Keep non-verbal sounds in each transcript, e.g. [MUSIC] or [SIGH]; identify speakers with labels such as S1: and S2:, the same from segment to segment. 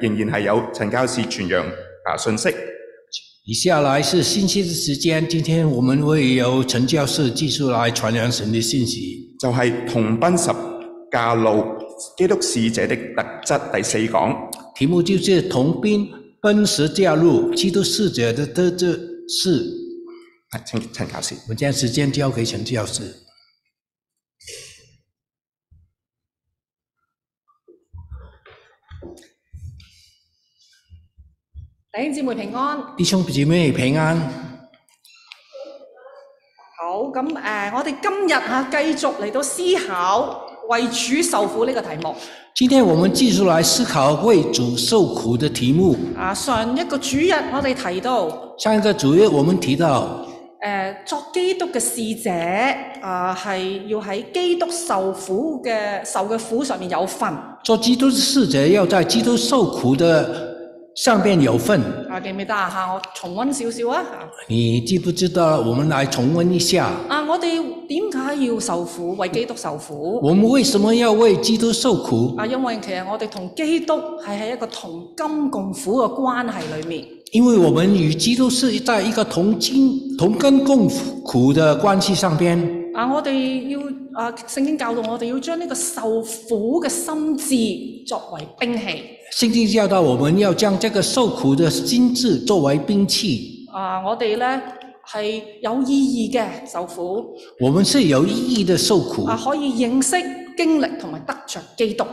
S1: 仍然係有陳教士傳揚啊信息。
S2: 以下来是信息的时间，今天我们会由陈教士继续来传扬神的信息。
S1: 就係、同奔十架路基督使者的特質第四講。
S2: 题目就是“同兵奔驰加入基督使者的特质是”。
S1: 係陳陳教士，
S2: 我将时间交给陈教士。
S3: 弟兄姊妹平安，
S2: 弟兄姊妹平安，
S3: 好咁誒、呃我哋今日嚇、啊、繼續嚟到思考為主受苦呢個題目。
S2: 今天我们继续来思考为主受苦的题目。
S3: 啊，上一個主日我哋提到誒、
S2: 上一个主日我们提到，
S3: 呃作基督嘅使者啊，係要喺基督受苦嘅受嘅苦上面有份啊，
S2: 做基督的使者要在基督受苦的上面有份。
S3: 記唔記得啊？嚇，我重温少少啊啊
S2: 你记不知道？我们来重温一下，
S3: 啊！我哋點解要受苦為基督受苦？
S2: 我们为什么要为基督受苦？
S3: 啊，因為其實我哋同基督係喺一個同甘共苦嘅關係裏面。
S2: 因为我们与基督是在一个同经同根共苦的关系上边。
S3: 啊！我哋要啊，聖經教導我哋要將呢個受苦嘅心志作為兵器。
S2: 圣经教导我们要将这个受苦的心智作为兵器，
S3: 啊！我哋咧係有意義嘅受苦，
S2: 我们是有意义的受苦
S3: 啊，，可以認識、經歷同埋得着基督。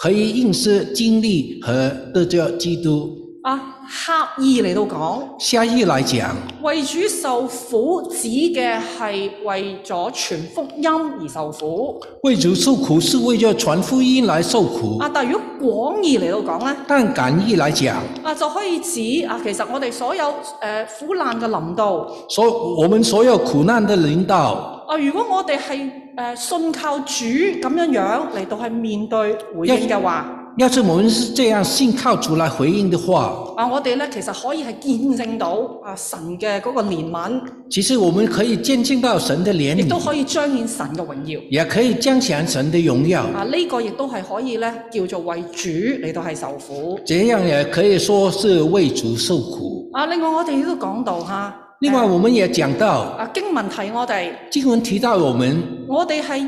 S2: 可以映射经历和得着基督。
S3: 啊，刻意嚟到講，
S2: 下一来讲，
S3: 為主受苦指嘅係為咗傳福音而受苦。
S2: 为主受苦是为了传福音来受苦，
S3: 啊，但係如果廣義嚟到講咧，
S2: 但感意来讲，
S3: 啊就可以指啊，其實我哋所有誒、呃苦難嘅臨到。
S2: 所我们所有苦难的领导，
S3: 啊！如果我哋係誒信靠主咁樣樣嚟到係面對回應嘅話，
S2: 要是我们是这样信靠主来回应的话，
S3: 啊，我哋咧其實可以係見證到啊神嘅嗰個憐憫，
S2: 其实我们可以见证到神的怜
S3: 亦都
S2: 悯，
S3: 可以彰顯神嘅榮耀。
S2: 也可以彰显神的荣耀，
S3: 啊，呢、個亦都係可以咧叫做為主嚟到係受苦。
S2: 这样也可以说是为主受苦。
S3: 啊，另外我哋都講到嚇，
S2: 另外，我们也讲到
S3: 啊經文提我哋，
S2: 经文提到我们，
S3: 我哋係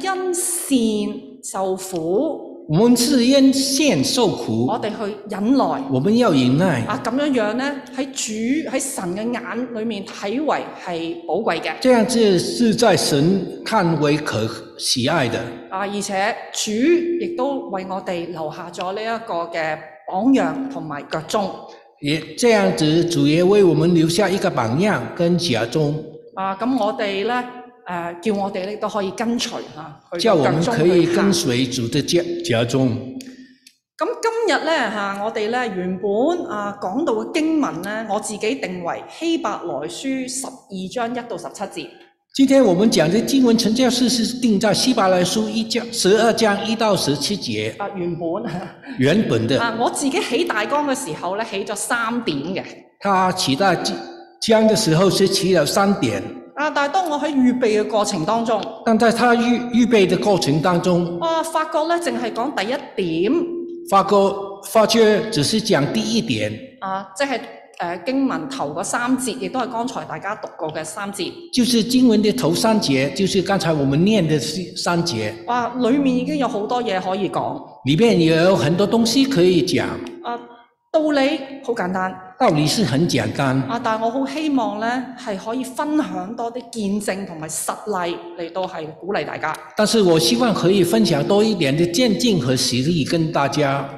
S3: 因善受苦，
S2: 我们是因信受苦，
S3: 我哋去忍耐。
S2: 我们要忍耐，
S3: 啊，咁樣樣咧，喺主喺神嘅眼裏面睇為係寶貴嘅。
S2: 这样子是在神看为可喜爱的，
S3: 啊，而且主亦都為我哋留下咗呢一個嘅榜樣同埋腳蹤。
S2: 也这样子主也为我们留下一个榜样跟假中，
S3: 啊，咁我哋咧誒叫我哋咧都可以跟隨嚇佢嘅
S2: 叫我们
S3: 腳蹤
S2: 可以
S3: 去
S2: 跟
S3: 行
S2: 随主的假假中。
S3: 咁今日咧嚇，我哋咧原本啊講到嘅經文咧，我自己定為希伯來書十二章一到十七節。
S2: 今天我们讲的经文成教式是定在希伯来书一章十二章一到十七节
S3: 啊，原本
S2: 原本的，
S3: 啊，我自己起大綱嘅時候咧，起咗三點嘅。
S2: 他啊起到章的时候是起了三点，
S3: 啊，但係當我喺預備嘅過程當中，啊
S2: 但在他预预备的过程当中，
S3: 我發覺咧，淨係講第一點。
S2: 发哥发觉只是讲第一点，
S3: 啊，即係誒、呃、經文頭嗰三節，亦都係剛才大家讀過嘅三節。
S2: 就是经文的头三节，就是刚才我们念的是三节，
S3: 哇，裡面已經有好多嘢可以講。
S2: 里面也有很多东西可以讲，
S3: 啊，道理好簡單。
S2: 道理是很简单，
S3: 啊，但係我好希望呢係可以分享多啲見證同埋實例嚟到係鼓勵大家。
S2: 但是我希望可以分享多一点的见证和实例跟大家。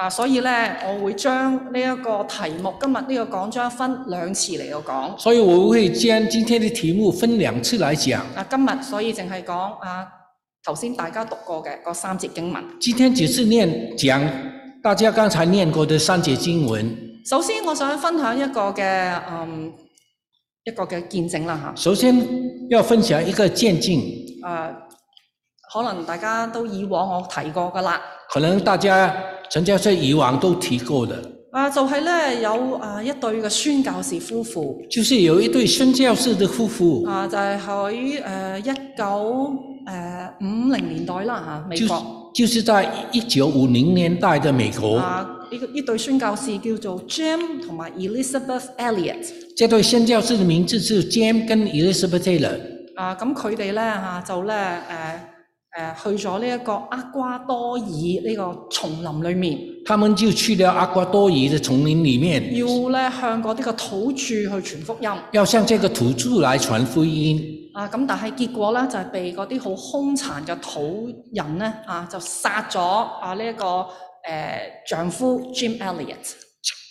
S3: 啊，所以呢，我會將呢一個題目今日呢個講章分兩次嚟到講。
S2: 所以我会将今天的题目分两次来讲。
S3: 啊，今日所以淨係講啊頭先大家讀過嘅嗰三節經文。
S2: 今天只是念讲大家刚才念过的三节经文。
S3: 首先，我想分享一個嘅嗯一個嘅見證啦嚇。
S2: 首先要分享一个见证，
S3: 誒、啊可能大家都以往我提過噶啦。
S2: 可能大家陈教授以往都提过的，
S3: 啊，就係、咧有啊一對嘅宣教士夫婦
S2: 就是有一對宣教士的夫妇，
S3: 啊，就係喺誒一九誒五零年代啦嚇，美
S2: 就是
S3: 國
S2: 就是在一九五零年代的美国，
S3: 啊，呢個呢對宣教士叫做 Jim 同埋 Elizabeth Elliot
S2: 这对宣教士的名字是 Jam 跟 Elizabeth Taylor。
S3: 啊，咁佢哋咧嚇就咧誒誒去咗呢一個厄瓜多爾呢個叢林裏面，
S2: 他们就去了阿瓜多伊的丛林里面，
S3: 要咧向嗰啲個土著去傳福音。
S2: 要向这个土著来传福音。
S3: 啊，咁但係結果咧就係、被嗰啲好兇殘嘅土人咧啊就殺咗啊呢一、個誒、丈夫 Jim Elliot。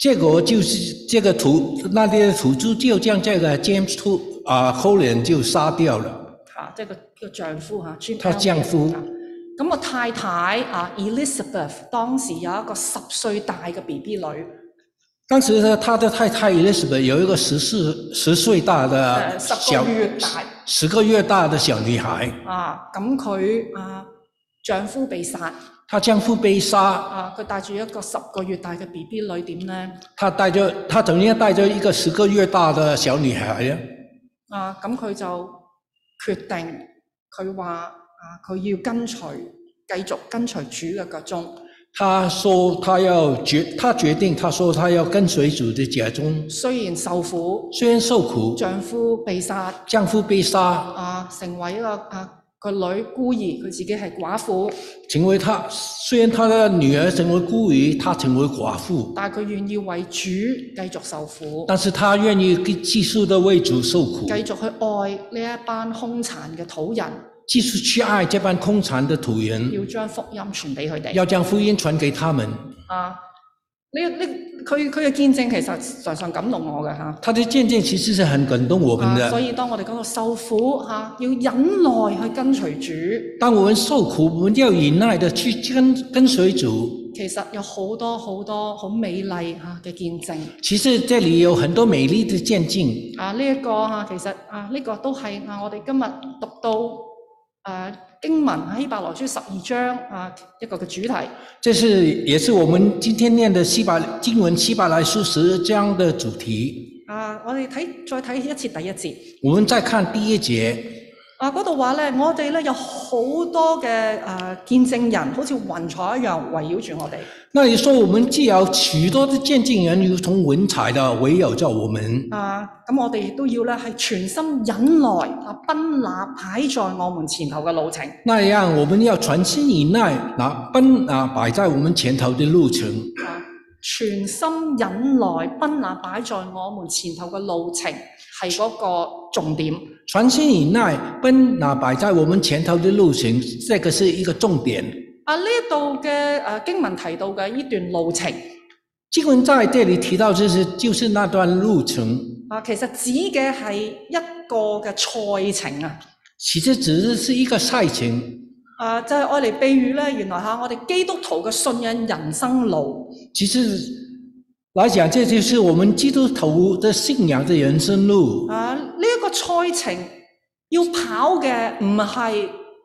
S2: 结果就是这个土那些土著就将这个 James 土啊 c o l i n 就杀掉了。
S3: 啊，即係個個丈夫嚇，專
S2: 她丈夫
S3: 咁個太太啊，Elizabeth 當時有一個十歲大嘅 B B 女，
S2: 当时呢，他的太太 Elizabeth 有一个十四十岁大的
S3: 呃十个
S2: 小
S3: 月大
S2: 十个月大的小女孩，
S3: 啊，咁佢啊丈夫被殺
S2: 她丈夫被杀，
S3: 啊，佢帶住一個十個月大嘅 B B 女點呢？
S2: 她带着她怎么样带着一个十个月大的小女孩呢？
S3: 啊，咁佢就決定佢話啊，佢要跟隨繼續跟隨主嘅腳蹤，
S2: 她说她要决，她决定她说她要跟随主的家中，
S3: 雖然受苦，
S2: 虽然受苦，
S3: 丈夫被殺
S2: 丈夫被杀，
S3: 啊，成為一個啊個女孤兒，佢自己係寡婦。
S2: 成为她虽然她的女儿成为孤儿，她成为寡妇，
S3: 但佢願意為主繼續受苦，
S2: 但是她愿意继续的为主受苦
S3: 繼，續去愛呢一班兇殘嘅土人，
S2: 继续去爱这般空残的土人，
S3: 要將福音傳俾佢哋。
S2: 要将福音传给他们。
S3: 啊，呢呢佢佢嘅見證其實常常感動我嘅嚇。
S2: 她的见证其实是很感动我们
S3: 啊所
S2: 的。
S3: 以當我哋講到受苦嚇、啊要忍耐去跟隨主，
S2: 当我们受苦，我们要忍耐的去跟跟随主。
S3: 其實有好多好多好美麗嚇嘅見證。
S2: 其实这里有很多美丽的见证，
S3: 啊，呢、一個嚇、啊其實啊呢、個都係啊我哋今日讀到誒、啊經文喺希伯來書十二章啊一個嘅主題。
S2: 这是也是我们今天念的希伯经文《希伯来书》十章的主题。
S3: 啊，我哋睇再睇一次第一節。
S2: 我们再看第一节，
S3: 啊，嗰度話咧，我哋咧有好多嘅誒、呃見證人，好似雲彩一樣圍繞住我哋。
S2: 那里说我们既有许多的见证人，如同文采的围绕着我们，
S3: 啊，咁我哋亦都要咧係全心忍耐啊，奔那擺在我們前頭嘅路程。
S2: 那样我们要全心以耐，拿奔啊摆在我们前头的路程，
S3: 啊，全心忍耐，奔那擺在我們前頭嘅路程係嗰個重點。
S2: 全心以耐奔啊摆在我们前头的路程，这个是一个重点。
S3: 啊，呢一度嘅誒經文提到嘅呢段路程，
S2: 经文在这里提到，就是就是那段路程，
S3: 啊，其實指嘅係一個嘅賽程啊。
S2: 其实只是一个赛程，
S3: 啊，就係愛嚟比喻咧，原來嚇我哋基督徒嘅信仰人生路
S2: 其实来讲，这就是我们基督徒的信仰的人生路。
S3: 啊，呢、一個賽程要跑嘅唔係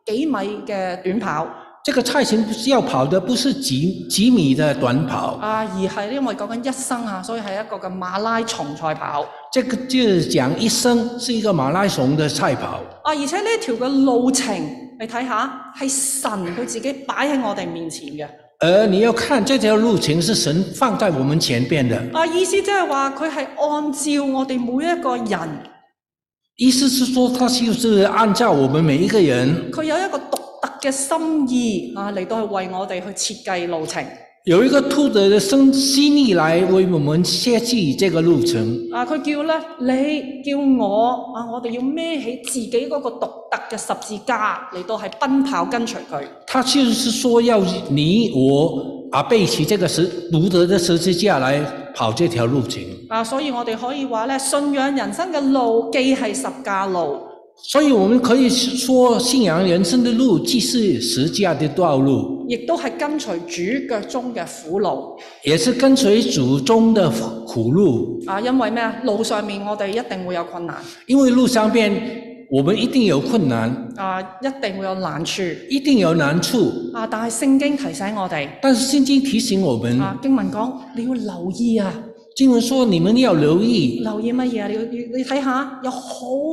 S3: 幾米嘅短跑
S2: 这个赛程要跑的不是几几米的短跑，
S3: 啊，而係因為講緊一生啊，所以係一個嘅馬拉松賽跑
S2: 这个就是讲一生是一个马拉松的赛跑。
S3: 啊，而且呢一條嘅路程，你睇下係神佢自己擺喺我哋面前嘅
S2: 而你要看这条路程是神放在我们前边的，
S3: 啊，意思即係話佢係按照我哋每一個人，
S2: 意思是说，他就是按照我们每一个人
S3: 佢有一個獨特嘅心意啊，嚟到去為我哋去設計路程。
S2: 有一个兔子的生心力来为我们设计这个路程。
S3: 啊！佢叫咧，你叫我啊，我哋要孭起自己嗰個獨特嘅十字架嚟到係奔跑跟隨佢。
S2: 他就是说要你我啊背起这个十独特的十字架来跑这条路程，
S3: 啊，所以我哋可以話咧，信仰人生嘅路既係十架路，
S2: 所以我们可以说信仰人生的路既是十字架的道路，
S3: 亦都係跟隨主腳中嘅苦路。
S2: 也是跟随祖宗的苦路，
S3: 啊，因為咩啊？路上面我哋一定會有困難，
S2: 因为路上边我们一定有困難，
S3: 啊，一定會有難處。
S2: 一定有難處，
S3: 啊，但係聖經提醒我哋，
S2: 但是聖經提醒我們，
S3: 啊，經文講你要留意啊，
S2: 经文说你们要留意，
S3: 留意乜嘢啊？你你你睇下，有好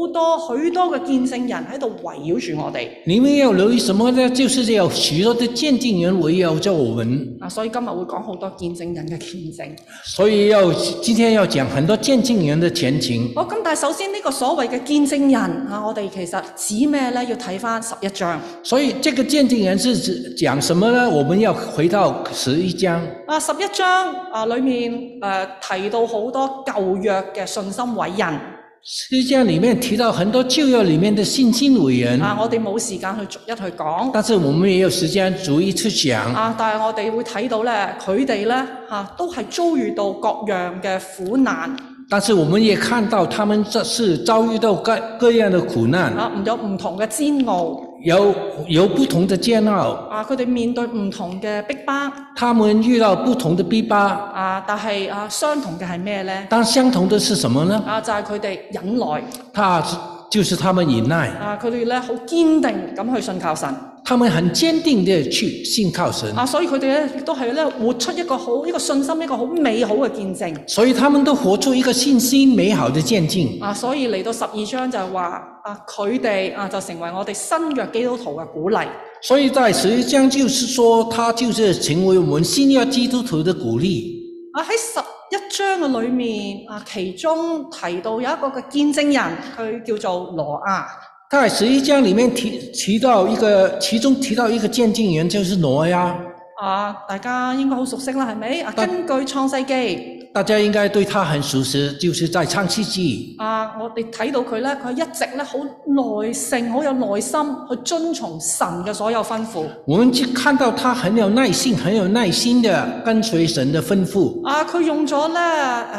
S3: 多許多嘅見證人喺度圍繞住我哋
S2: 你们要留意什么呢？就是有许多的鉴定人围绕着我们，
S3: 啊，所以今日會講好多見證人嘅見證。
S2: 所以要今天要讲很多鉴定人的前情。
S3: 好咁，但係首先呢個所謂嘅見證人啊，我哋其實指咩呢？要睇翻十一章
S2: 所以这个鉴定人是指讲什么呢？我们要回到十一章，
S3: 啊，十一章啊裏面誒、呃提到好多舊約嘅信心偉人
S2: 十一章里面提到很多旧约里面的信心伟人，
S3: 啊，我哋冇時間去逐一去講。
S2: 但是我们也有时间逐一去讲。
S3: 啊！但係我哋會睇到咧，佢哋咧嚇都係遭遇到各樣嘅苦難
S2: 但是我们也看到他们这是遭遇到各各样的苦难，
S3: 啊，唔有唔同嘅煎熬
S2: 有有不同的煎熬，
S3: 啊，佢哋面對唔同嘅逼迫
S2: 他们遇到不同的逼巴，
S3: 啊，但係啊，相同嘅係咩咧？
S2: 但相同的是什么呢？
S3: 啊，就係佢哋忍耐
S2: 他就是他们忍耐，
S3: 啊，佢哋咧好堅定咁去信靠神
S2: 他们很坚定的去信靠神，
S3: 啊，所以佢哋咧亦都係咧活出一個好一個信心一個好美好嘅見證
S2: 所以他们都活出一个信心美好的见证。
S3: 啊，所以嚟到十二章就係話啊，佢哋啊就成為我哋新約基督徒嘅鼓勵。啊
S2: 所以在十一章就是说，他就是成为我们新约基督徒的鼓励。
S3: 啊喺十一章嘅裏面啊，其中提到有一個嘅見證人，佢叫做羅亞。
S2: 在十一章里面提提到一个，其中提到一个见证人就是挪亚，
S3: 啊，大家應該好熟悉啦，係咪？啊，
S2: 得
S3: 根據創世記，
S2: 大家应该对他很熟悉，就是在创世纪，
S3: 啊，我哋睇到佢咧，佢一直咧好耐性，好有耐心去遵從神嘅所有吩咐。
S2: 我们去看到他很有耐性，很有耐心的跟随神的吩咐。
S3: 啊，佢用咗咧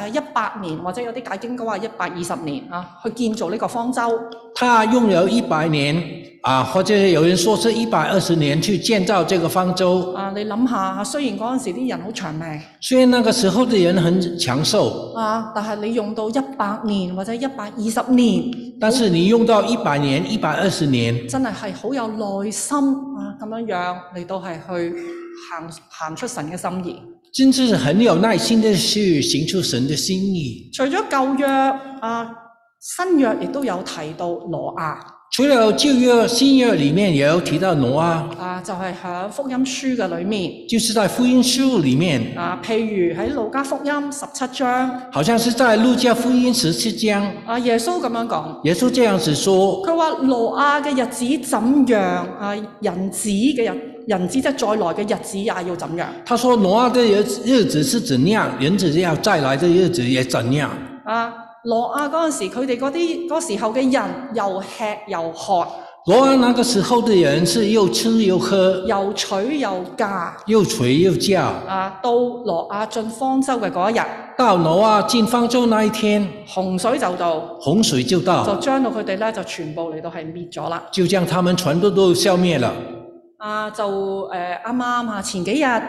S3: 誒一百年，或者有啲解經講話一百二十年啊，去建造呢個方舟。
S2: 他用了一百年啊，或者有人说是一百二十年去建造这个方舟。
S3: 啊，你諗下，雖然嗰陣時啲人好長命。
S2: 虽然那个时候的人很长寿，
S3: 啊！但係你用到一百年或者一百二十年，
S2: 但是你用到一百年、一百二十年，
S3: 真係係好有耐心啊！咁樣樣嚟到係去行行出神嘅心意。
S2: 真是很有耐心的去行出神的心意。
S3: 除咗舊約啊，新約亦都有提到挪亞
S2: 除了旧约、新约里面也有提到挪啊，
S3: 啊，就係、喺福音書嘅裏面
S2: 就是在福音书里面，
S3: 啊，譬如喺路加福音十七章
S2: 好像是在路加福音十七章，
S3: 啊，耶穌咁樣講。
S2: 耶穌这样子说：
S3: 佢話挪亞嘅日子怎樣啊，人子嘅日人子即係再來嘅日子也要怎樣。
S2: 他说挪啊的日日子是怎样，人子要再来的日子也怎样。
S3: 啊，羅亞嗰陣時，佢哋嗰啲嗰時候嘅人又吃又喝，
S2: 挪啊那个时候的人是又吃又喝，
S3: 又娶又嫁。
S2: 又垂又叫。
S3: 啊，到羅亞進方舟嘅嗰一日，
S2: 到挪啊进方舟那一天，
S3: 洪水就到，
S2: 洪水就
S3: 就
S2: 到，
S3: 將到佢哋咧就全部嚟到係滅咗啦。
S2: 就将他们全部都消灭了。
S3: 啊，就誒啱啱啊，前幾日啊，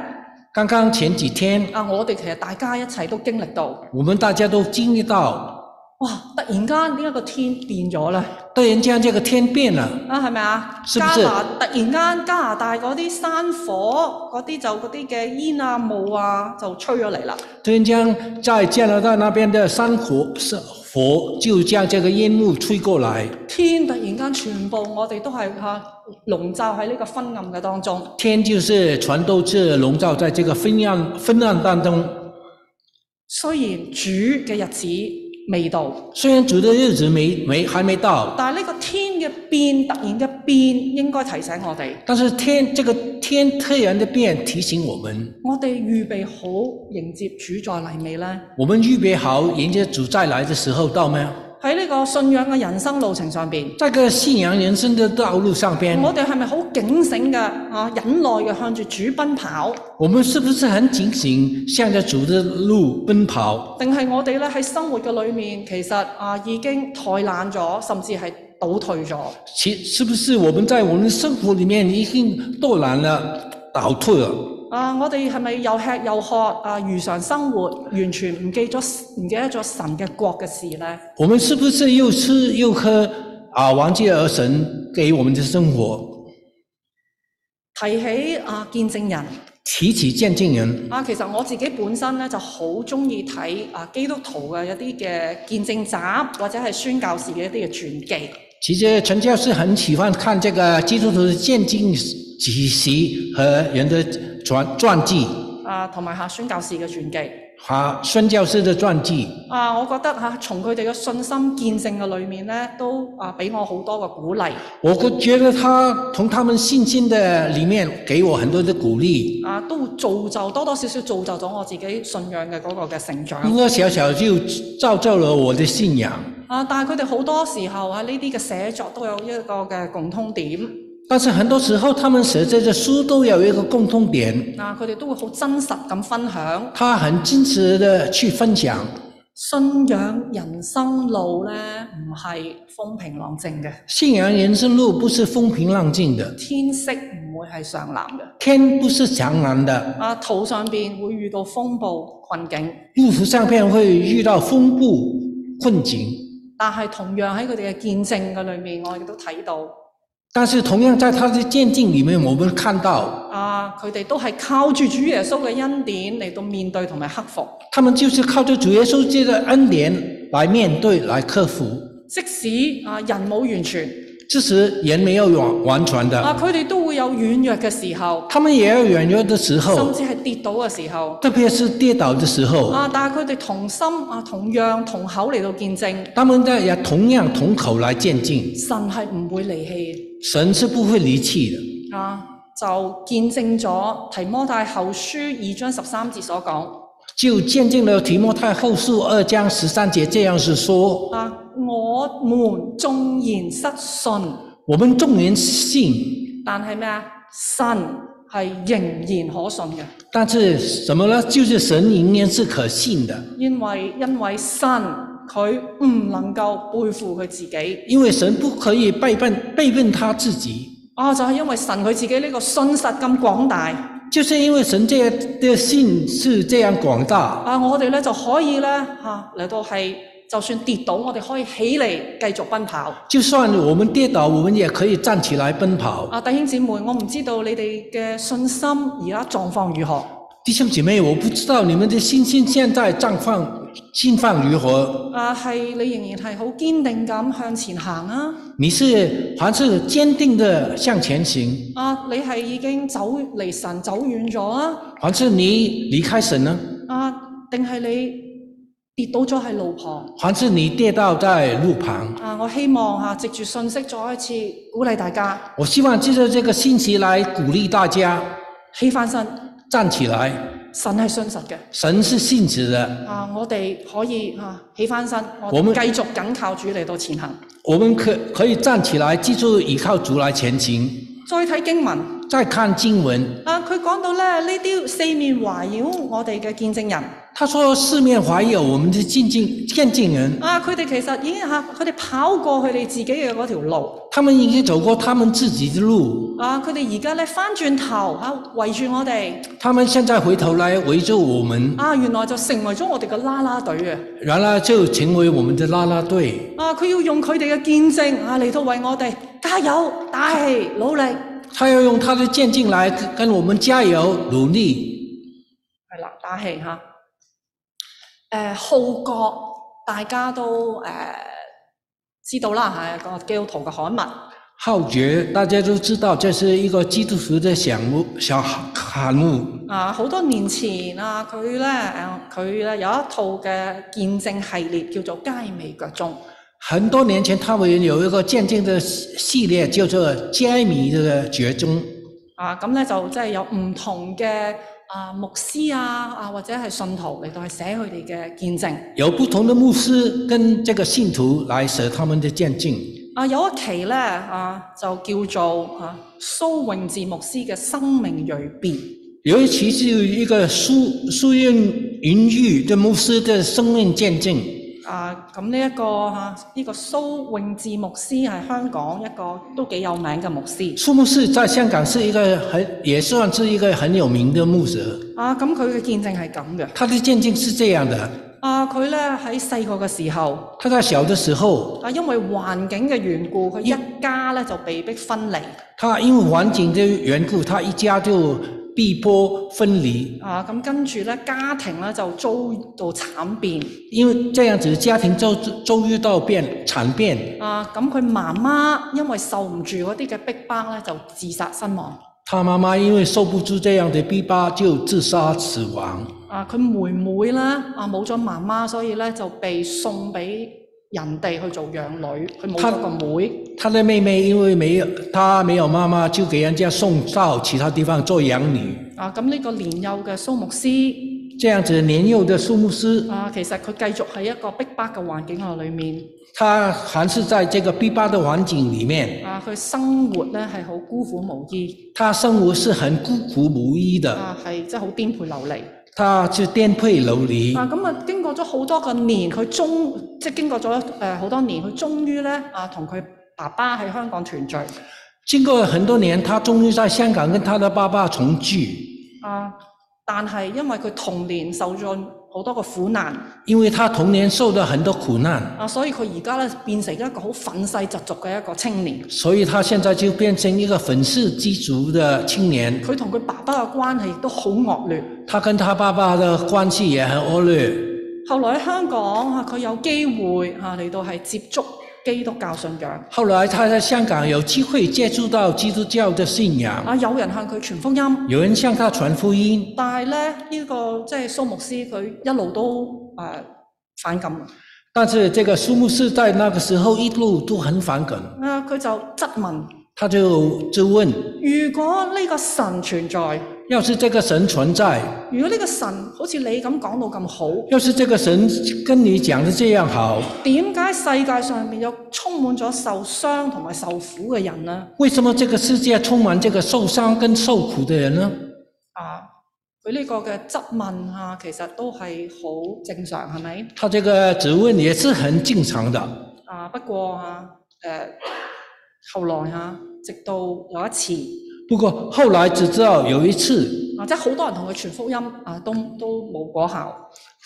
S2: 刚刚前几天，
S3: 我哋其實大家一齊都經歷到，
S2: 我们大家都经历到，
S3: 哇！突然間點解個天變咗咧？
S2: 突然间这个天变了，
S3: 啊，係咪啊？
S2: 是
S3: 加
S2: 不是
S3: 拿突然間加拿大嗰啲山火嗰啲就嗰啲嘅煙啊霧啊就吹咗嚟啦。
S2: 突然间在加拿大那边的山火是火就将这个烟幕吹过来，
S3: 天突然間全部我哋都係嚇籠罩喺呢個昏暗嘅當中。
S2: 天就是全都是笼罩在这个昏暗昏暗当中。
S3: 雖然主嘅日子未到，
S2: 虽然主的日子没没还没到，
S3: 但係呢個天嘅變突然嘅變，應該提醒我哋，
S2: 但是天这个天突然的变提醒我们，
S3: 我哋預備好迎接主再嚟未呢？
S2: 我们预备好迎接主再来的时候到没有？
S3: 喺呢個信仰嘅人生路程上邊，
S2: 在这个信仰人生的道路上边，
S3: 我哋係咪好警醒嘅啊？忍耐嘅向住主奔跑，
S2: 我们是不是很警醒，向着主的路奔跑？
S3: 定係我哋咧喺生活嘅裏面，其實啊已經怠懶咗，甚至係倒退咗。
S2: 其是不是我们在我们的生活里面已经堕然了、倒退了？
S3: 啊！我哋係咪又吃又喝啊？如常生活，完全唔記咗唔記得咗神嘅國嘅事呢？
S2: 我们是不是又吃又喝啊？忘记了神给我们的生活？
S3: 提起啊見證人
S2: 提起见证人，
S3: 啊，其實我自己本身咧就好中意睇啊基督徒嘅一啲嘅見證集，或者係宣教士嘅一啲嘅傳記。
S2: 其实陈教师很喜欢看这个基督徒的见证奇袭和人的传传记，
S3: 啊，同埋嚇宣教士嘅傳記。
S2: 啊，孙教师的传记，
S3: 啊，我覺得嚇、啊、從佢哋嘅信心見證嘅裏面咧，都啊俾我好多嘅鼓勵。
S2: 我觉得他从他们信心的里面给我很多的鼓励，
S3: 啊，都造就多多少少造就咗我自己信仰嘅嗰個嘅成長。
S2: 多多小小就造就了我的信仰。
S3: 啊，但係佢哋好多時候啊，呢啲嘅寫作都有一個嘅共通點。
S2: 但是很多时候，他们写这些书都有一个共通点，
S3: 啊，佢哋都會好真實咁分享
S2: 他很真实的去分享。
S3: 信仰人生路咧，唔係風平浪靜嘅，
S2: 信仰人生路不是风平浪静的，
S3: 天色唔會係上藍嘅。
S2: 天不是常蓝的，
S3: 啊，途上邊會遇到風暴困境。
S2: 路途上面会遇到风暴困境。
S3: 但係同樣喺佢哋嘅見證嘅裏面，我亦都睇到
S2: 但是同样在他的见证里面，我们看到
S3: 啊，佢哋都係靠住主耶穌嘅恩典嚟到面對同埋克服。
S2: 他们就是靠着主耶稣基督的恩典来面对、来克服。
S3: 即使啊人冇完全
S2: 即使人没有完完全的，
S3: 啊，佢哋都會有軟弱嘅時候，
S2: 他们也有软弱的时
S3: 甚
S2: 候，
S3: 至係跌倒嘅時候
S2: 特別是跌倒的时候，
S3: 啊。但係佢哋同心啊，同樣同口嚟到見證，
S2: 他们在也同样同口来见证，
S3: 神係唔會離棄
S2: 神是不会离弃的。
S3: 嘅啊。就見證咗提摩太後書二章十三節所講
S2: 就见证了提摩太后书二章十三节这样是说：
S3: 啊，我們縱然失信。
S2: 我们众人信，
S3: 但係咩啊？神係仍然可信嘅，
S2: 但是什么呢？就是神仍然是可信的，
S3: 因為因為神佢唔能夠背負佢自己。
S2: 因为神不可以背叛背叛他自己，
S3: 啊，就係、因為神佢自己呢個信實咁廣大，
S2: 就是因为神这样的信是这样广大，
S3: 啊，我哋咧就可以咧嚇嚟到係，就算跌倒，我哋可以起嚟繼續奔跑。
S2: 就算我们跌倒，我们也可以站起来奔跑。
S3: 啊，弟兄姊妹，我唔知道你哋嘅信心而家狀況如何，
S2: 弟兄姐妹，我不知道你们的信心现在状况境况如何？
S3: 啊，係你仍然係好堅定咁向前行啊，
S2: 你是还是坚定的向前行，
S3: 啊，你係已經走離神走遠咗啊？
S2: 还是你离开神呢？
S3: 啊，定係你跌倒咗喺路旁
S2: 还是你跌倒在路旁？
S3: 啊！我希望嚇、藉住信息再一次鼓勵大家
S2: 我希望借着这个信息来鼓励大家
S3: 起翻身，
S2: 站起来。
S3: 神係信實嘅
S2: 神是信實的，
S3: 啊！我哋可以嚇、起翻身，我
S2: 我
S3: 哋
S2: 們
S3: 繼續緊靠主嚟到前行。
S2: 我们可可以站起来，记住依靠主来前行。
S3: 再睇經文
S2: 再看经文，
S3: 啊，佢講到咧呢啲四面環繞我哋嘅見證人
S2: 他说四面怀有我们的见证见证人。
S3: 啊，佢哋其實已經嚇佢哋跑過佢哋自己嘅嗰條路
S2: 他们已经走过他们自己的路，
S3: 啊，佢哋而家咧翻轉頭嚇、圍住我哋
S2: 他们现在回头来围着我们，
S3: 啊，原來就成為咗我哋嘅啦啦隊啊！
S2: 然后就成为我们的啦啦队。
S3: 啊！佢要用佢哋嘅見證啊嚟到為我哋加油、打氣、努力，係
S2: 他要用他的见证来跟跟我们加油努力，
S3: 啦，打氣嚇。誒、呃號角大家都誒、呃知道啦，係個基督徒嘅刊物。
S2: 好觉。大家都知道，这是一个基督徒的项目小项目。
S3: 啊，好多年前啊，佢咧誒佢咧有一套嘅見證系列叫做《佳美腳蹤》。
S2: 很多年前，他们有一个见证的系系列，叫做《揭秘的绝中》。
S3: 啊，咁咧就即係有唔同嘅啊牧師啊啊或者係信徒嚟到係寫佢哋嘅見證。
S2: 有不同的牧师跟这个信徒来写他们的见证。
S3: 啊，有一期咧啊，就叫做啊蘇永智牧師嘅生命鋭變。
S2: 尤其是一个苏苏运云玉的牧师的生命见证，
S3: 啊，咁呢一個啊，呢、個蘇永智牧師係香港一個都幾有名嘅牧師。
S2: 苏牧师在香港是一个很也算是一个很有名的牧者。
S3: 啊，咁佢嘅見證係咁嘅。
S2: 他的见证是这样的：
S3: 啊，佢咧喺細個嘅時候，
S2: 他在小的时候，
S3: 啊，因為環境嘅緣故，佢一家咧就被逼分離。
S2: 他因为环境的缘故，他一家就逼迫、分离，
S3: 啊，咁跟住咧家庭咧就遭到慘變
S2: 因为这样子家庭遭遭遇到变惨变，
S3: 啊，咁佢媽媽因為受唔住嗰啲嘅逼迫咧，就自殺身亡。
S2: 他妈妈因为受不住这样的逼迫，就自杀死亡。
S3: 啊，佢妹妹咧啊冇咗媽媽，所以咧就被送俾人哋去做養女，佢冇咗個妹。
S2: 他的妹妹因为没有她没有妈妈，就给人家送到其他地方做养女。
S3: 啊，咁呢個年幼嘅蘇牧師
S2: 这样子年幼的苏牧师，
S3: 啊，其實佢繼續喺一個逼迫嘅環境下裏面
S2: 他还是在这个逼迫的环境里面，
S3: 啊，佢生活咧係好孤苦無依
S2: 他生活是很孤苦无依的，
S3: 啊，係真係好顛沛流離。
S2: 他是颠沛流离。
S3: 啊，咁啊，經過咗好多個年，佢終即係經過咗誒好多年，佢終於咧啊，同佢爸爸喺香港團聚。
S2: 经过很多年，他终于在香港跟他的爸爸重聚，
S3: 啊，但係因為佢童年受盡好多個苦難，
S2: 因为他童年受到很多苦难，
S3: 啊，所以佢而家咧變成一個好憤世嫉俗嘅一個青年。
S2: 所以他现在就变成一个粉饰基足的青年。
S3: 佢同佢爸爸嘅關係亦都好惡劣。
S2: 他跟他爸爸的关系也很恶劣。
S3: 後來喺香港啊，佢有機會啊嚟到係接觸基督教信仰。
S2: 后来他在香港有机会接触到基督教的信仰，
S3: 啊，有人向佢傳福音，
S2: 有人向他传福音，
S3: 但係咧呢、呢個即係蘇牧師佢一路都誒、啊反感。
S2: 但是这个苏牧师在那个时候一路都很反感，
S3: 啊，佢就質問：
S2: 他就就问：
S3: 如果呢個神存在，
S2: 要是这个神存在，
S3: 如果呢個神好似你咁講到咁好，
S2: 要是这个神跟你讲的这样好，
S3: 點解世界上面有充滿咗受傷同埋受苦嘅人呢？
S2: 为什么这个世界充满这个受伤跟受苦的人呢？
S3: 啊，佢呢個嘅質問啊，其實都係好正常，係咪？
S2: 他这个质问也是很正常的。
S3: 啊，不過啊，誒、後來啊，直到有一次
S2: 不过后来只知道有一次，
S3: 啊，即係好多人同佢傳福音啊，都都冇果效。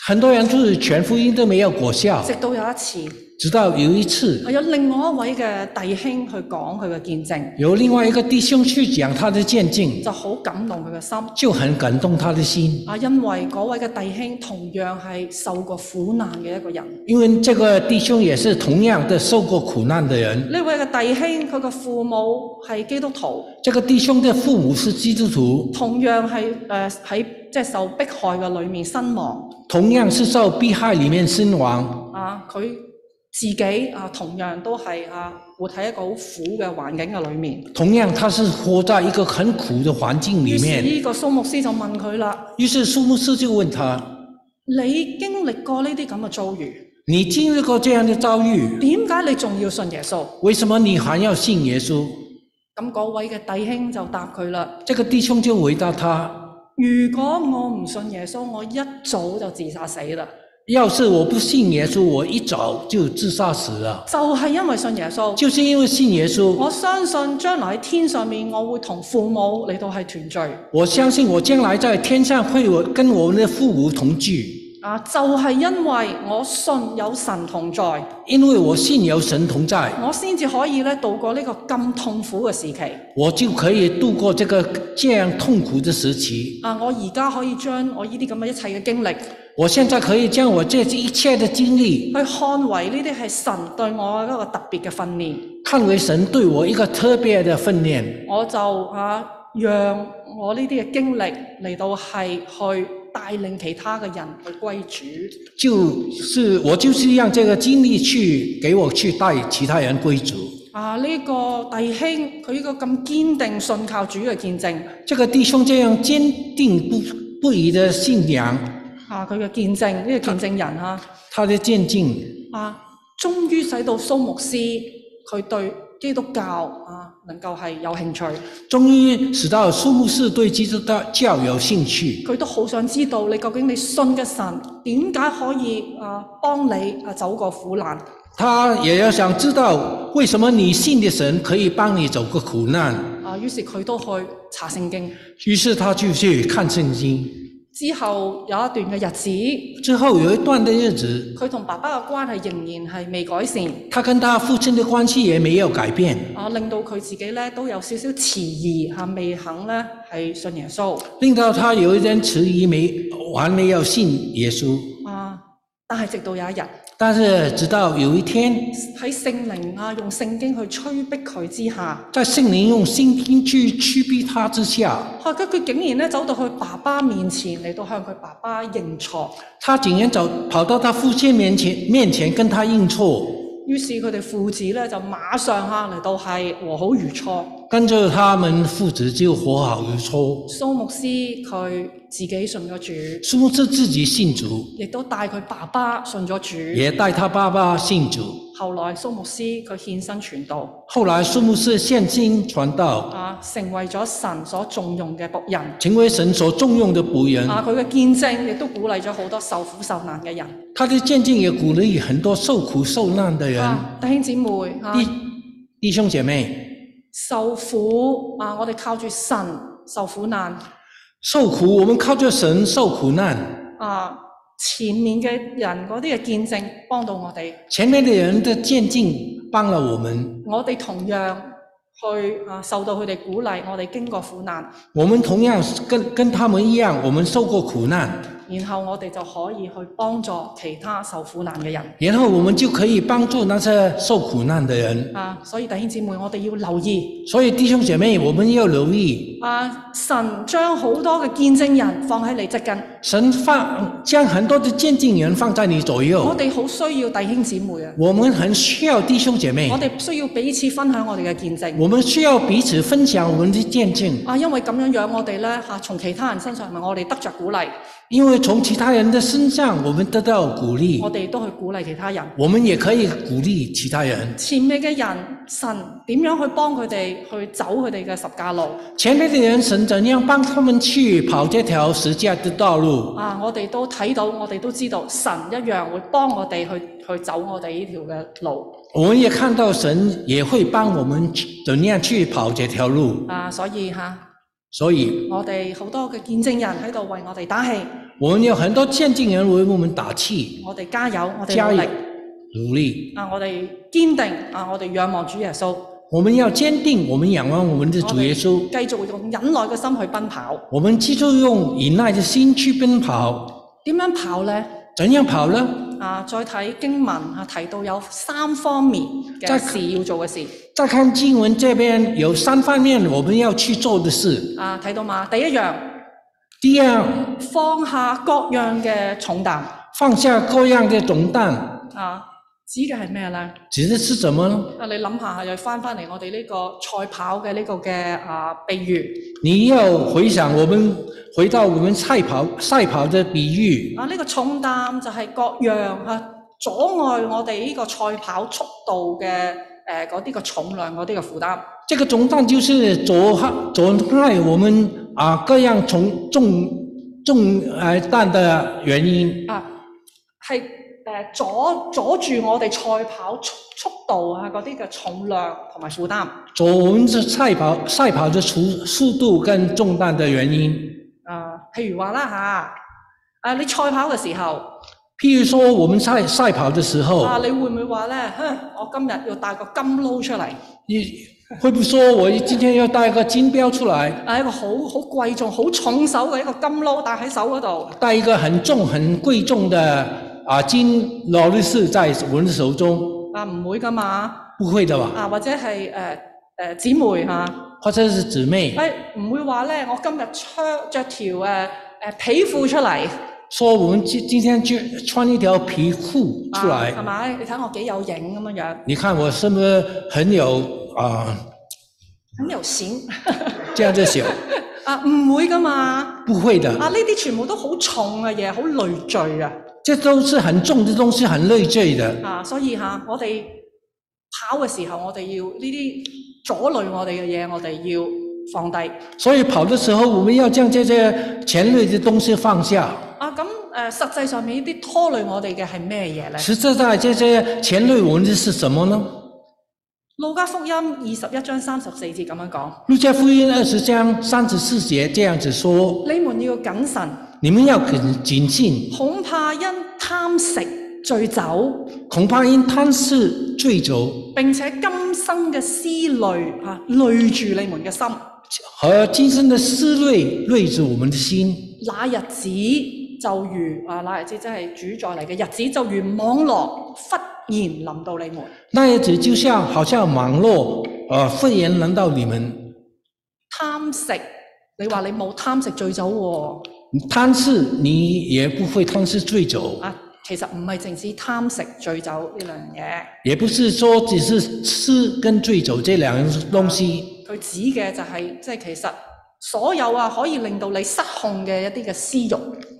S2: 很多人就是全福音都没有果效，
S3: 直到有一次，
S2: 直到有一次
S3: 啊，有另外一位嘅弟兄去講佢嘅見證，
S2: 有另外一个弟兄去讲他的见证，
S3: 就好感動佢嘅心。
S2: 就很感动他的心，
S3: 啊，因為嗰位嘅弟兄同樣係受過苦難嘅一個人。
S2: 因为这个弟兄也是同样的受过苦难的人。
S3: 呢位嘅弟兄，佢嘅父母係基督徒，
S2: 这个弟兄的父母是基督徒，
S3: 同樣係誒喺即係受迫害嘅裏面身亡。
S2: 同样是受迫害里面身亡，
S3: 啊，佢自己啊，同樣都係啊，活喺一個好苦嘅環境嘅裏面。
S2: 同样他是活在一个很苦的环境
S3: 於
S2: 里
S3: 是
S2: 面。
S3: 呢個蘇牧師就問佢啦：
S2: 于是苏牧师就问他：“
S3: 你經歷過呢啲咁嘅遭遇，
S2: 你经历过这样的遭遇，
S3: 點解你仲要信耶穌？
S2: 为什么你还要信耶稣
S3: 咁嗰位嘅弟兄就答佢啦：？”
S2: 这个弟兄就回答他
S3: 如果我唔信耶穌，我一早就自殺死啦。：“
S2: 要是我不信耶稣，我一早就自杀死了。
S3: 就係因為信耶穌，
S2: 就是因为信耶稣，
S3: 我相信將來喺天上面，我會同父母嚟到係團聚。
S2: 我相信我将来在天上会我跟我们的父母同聚，
S3: 啊，就係因為我信有神同在，
S2: 因为我信有神同在，
S3: 我先至可以咧度過呢個咁痛苦嘅時期。
S2: 我就可以度过这个这样痛苦的时期。
S3: 啊，我而家可以將我呢啲咁嘅一切嘅經歷，去
S2: 我现在可以将我这一切的经历
S3: 看為呢啲係神對我一個特別嘅訓練。
S2: 看为神对我一个特别的训练，
S3: 我就啊，讓我呢啲嘅經歷嚟到係去帶領其他嘅人去歸主。
S2: 就是我就是让这个经历去给我去带其他人归主。
S3: 啊！呢、個弟兄佢呢個咁堅定信靠主嘅見證，
S2: 这个弟兄这样坚定不不移的信仰，
S3: 啊佢嘅見證呢、個見證人啊，
S2: 他的见证
S3: 啊，終於使到蘇牧師佢對基督教啊能夠係有興趣，
S2: 终于使到苏牧师对基督教有兴趣。
S3: 佢都好想知道你究竟你信嘅神點解可以啊幫你啊走過苦難
S2: 他也要想知道为什么你信的神可以帮你走过苦难。
S3: 啊？於是佢都去查聖經
S2: 于是他就去看圣经，
S3: 之後有一段嘅日子，
S2: 之后有一段的日子，
S3: 佢同爸爸嘅關係仍然係未改善，
S2: 他跟他父亲的关系也没有改变，
S3: 啊令到佢自己咧都有少少遲疑嚇，未肯咧係信耶穌
S2: 令到他有一点迟疑没还没有信耶稣。
S3: 啊。但係直到有一日
S2: 但是直到有一天，
S3: 喺聖靈啊用聖經去催逼佢之下，
S2: 在圣灵用圣经去驱逼他之下，
S3: 嚇佢佢竟然咧走到佢爸爸面前嚟到向佢爸爸認錯，
S2: 他竟然走跑到他父亲面前面前跟他认错，
S3: 於是佢哋父子咧就馬上嚇嚟到係和好如初。
S2: 跟着他们父子就和好如初。
S3: 蘇牧師佢自己信咗主，
S2: 苏轼自己信主，
S3: 亦都帶佢爸爸信咗主。
S2: 也带他爸爸信主。
S3: 後來蘇牧師佢獻身傳道，
S2: 后来苏牧师现今传道，
S3: 啊，成為咗神所重用嘅仆人。
S2: 成为神所重用的仆人。
S3: 啊，佢嘅見證亦都鼓勵咗好多受苦受難嘅人。
S2: 他的见证也鼓励很多受苦受难的人。
S3: 啊，弟兄姊妹啊，
S2: 弟弟兄姐妹，
S3: 受苦啊，我哋靠住神受苦難
S2: 受苦，我们靠着神受苦难。
S3: 啊。前面嘅人嗰啲嘅見證幫到我哋，
S2: 前面的人的见证帮了我们，
S3: 我哋同樣去啊受到佢哋鼓勵，我哋經過苦難。
S2: 我们同样跟跟他们一样，我们受过苦难，
S3: 然後我哋就可以去幫助其他受苦難嘅人
S2: 然后我们就可以帮助那些受苦难的人。
S3: 啊！所以弟兄姊妹，我哋要留意
S2: 所以弟兄姐妹，我们要留意，
S3: 啊！神將好多嘅見證人放喺你側近，
S2: 神放将很多的见证人放在你左右
S3: 我。哋好需要弟兄姊妹啊！
S2: 我们很需要弟兄姐妹
S3: 我，哋需要彼此分享我哋嘅見證
S2: 我们需要彼此分享我们的见证，
S3: 啊！因為咁樣樣，我哋咧嚇從其他人身上，咪我哋得着鼓勵，
S2: 因为从其他人的身上我们得到鼓励
S3: 我，哋都去鼓勵其他人。
S2: 我们也可以鼓励其他人。
S3: 前面嘅人，神點樣去幫佢哋去走佢哋嘅十架路
S2: 前面的人，神怎样帮他们去跑这条十架的道路？
S3: 啊？我哋都睇到，我哋都知道，神一樣會幫我哋去去走我哋呢條嘅路。
S2: 我们也看到神也会帮我们去怎样去跑这条路。
S3: 啊，所以吓，
S2: 所以，
S3: 我哋好多嘅見證人喺度為我哋打氣，
S2: 我们有很多见证人为我们打气、
S3: 我哋加油，我哋
S2: 加油
S3: 努力，、
S2: 努力。
S3: 啊，我哋堅定，啊，我哋仰望主耶穌，
S2: 我们要坚定，我们仰望我们的主耶稣。
S3: 繼續用忍耐嘅心去奔跑。
S2: 我们记住用忍耐的心去奔跑，
S3: 點樣跑呢？
S2: 怎样跑呢？
S3: 啊，再睇經文啊，提到有三方面嘅
S2: 再
S3: 事要做嘅事。
S2: 再看经文这边有三方面我们要去做的事。
S3: 啊，睇到嘛？第一樣，
S2: 第二，
S3: 放下各樣嘅重擔。
S2: 放下各样的重担，
S3: 啊，指嘅係咩呢？
S2: 指的是什么呢？
S3: 啊，你諗下，又翻翻嚟我哋呢個賽跑嘅呢個嘅啊比喻。
S2: 你要回想我们回到我们赛跑赛跑的比喻，
S3: 啊！呢、個重擔就係各樣啊阻礙我哋呢個賽跑速度嘅誒嗰啲個重量嗰啲嘅負擔
S2: 这个重担就是阻害阻碍我们啊各样重重重呃担的原因，
S3: 啊，係誒、呃阻阻住我哋賽跑速速度啊嗰啲嘅重量同埋負擔
S2: 阻我们是赛跑赛跑的速速度跟重担的原因。
S3: 啊。譬如話啦嚇，啊你賽跑嘅時候
S2: 譬如说，我们赛赛跑的时候，
S3: 啊，你會唔會話咧？哼，我今日要帶個金撈出嚟，
S2: 你会不会说我今天要带个金标出来，
S3: 啊一個好好貴重、好重手嘅一個金撈戴喺手嗰度。
S2: 带一个很重、很贵重的啊金劳力士在我们的手中？
S3: 啊，唔會噶嘛！
S2: 不会的吧？
S3: 啊，或者係誒誒姊妹嚇，
S2: 或者是姊妹
S3: 誒唔會話咧，我今日穿着條誒誒皮褲出嚟，
S2: 说我们今今天就穿一条皮裤
S3: 啊
S2: 出来，
S3: 係咪？你睇我幾有型咁樣樣，
S2: 你看我是不是很有啊
S3: 很有錢
S2: 这样就行？
S3: 啊，唔會噶嘛！
S2: 不会
S3: 啊，
S2: 的，
S3: 呢啲全部都好重嘅嘢，好累赘啊！
S2: 这都是很重的东西，很累赘的。
S3: 啊，所以嚇、我哋跑嘅時候，我哋要呢啲阻累我哋嘅嘢，我哋要放低。
S2: 所以跑的时候，我们要将这些前累的东西放下。
S3: 啊，咁誒、呃實際上面呢啲拖累我哋嘅係咩嘢咧？
S2: 实质在这些前类文字是什么呢？
S3: 路加福音二十一章三十四節咁樣講。
S2: 路加福音二十章三十四节这样子说：
S3: 你們要謹慎，
S2: 你们要谨谨慎，
S3: 恐怕因貪食醉酒，
S2: 恐怕因贪嗜醉酒
S3: 並且今生嘅思慮啊，累住你們嘅心。
S2: 和今生的思虑累着我们的心。
S3: 那日子就如啊，那日子即係主再嚟嘅日子，就如網羅忽然臨到你們。
S2: 那也只就像好像网络，呃，忽然难到你们
S3: 貪食，你話你冇貪食醉酒喎、
S2: 贪嗜，你也不会贪嗜醉酒，
S3: 啊，其實唔係淨止貪食醉酒呢兩樣嘢。
S2: 也不是说只是吃跟醉酒这两样东西，
S3: 佢指嘅就係、即係其實所有啊可以令到你失控嘅一啲嘅私欲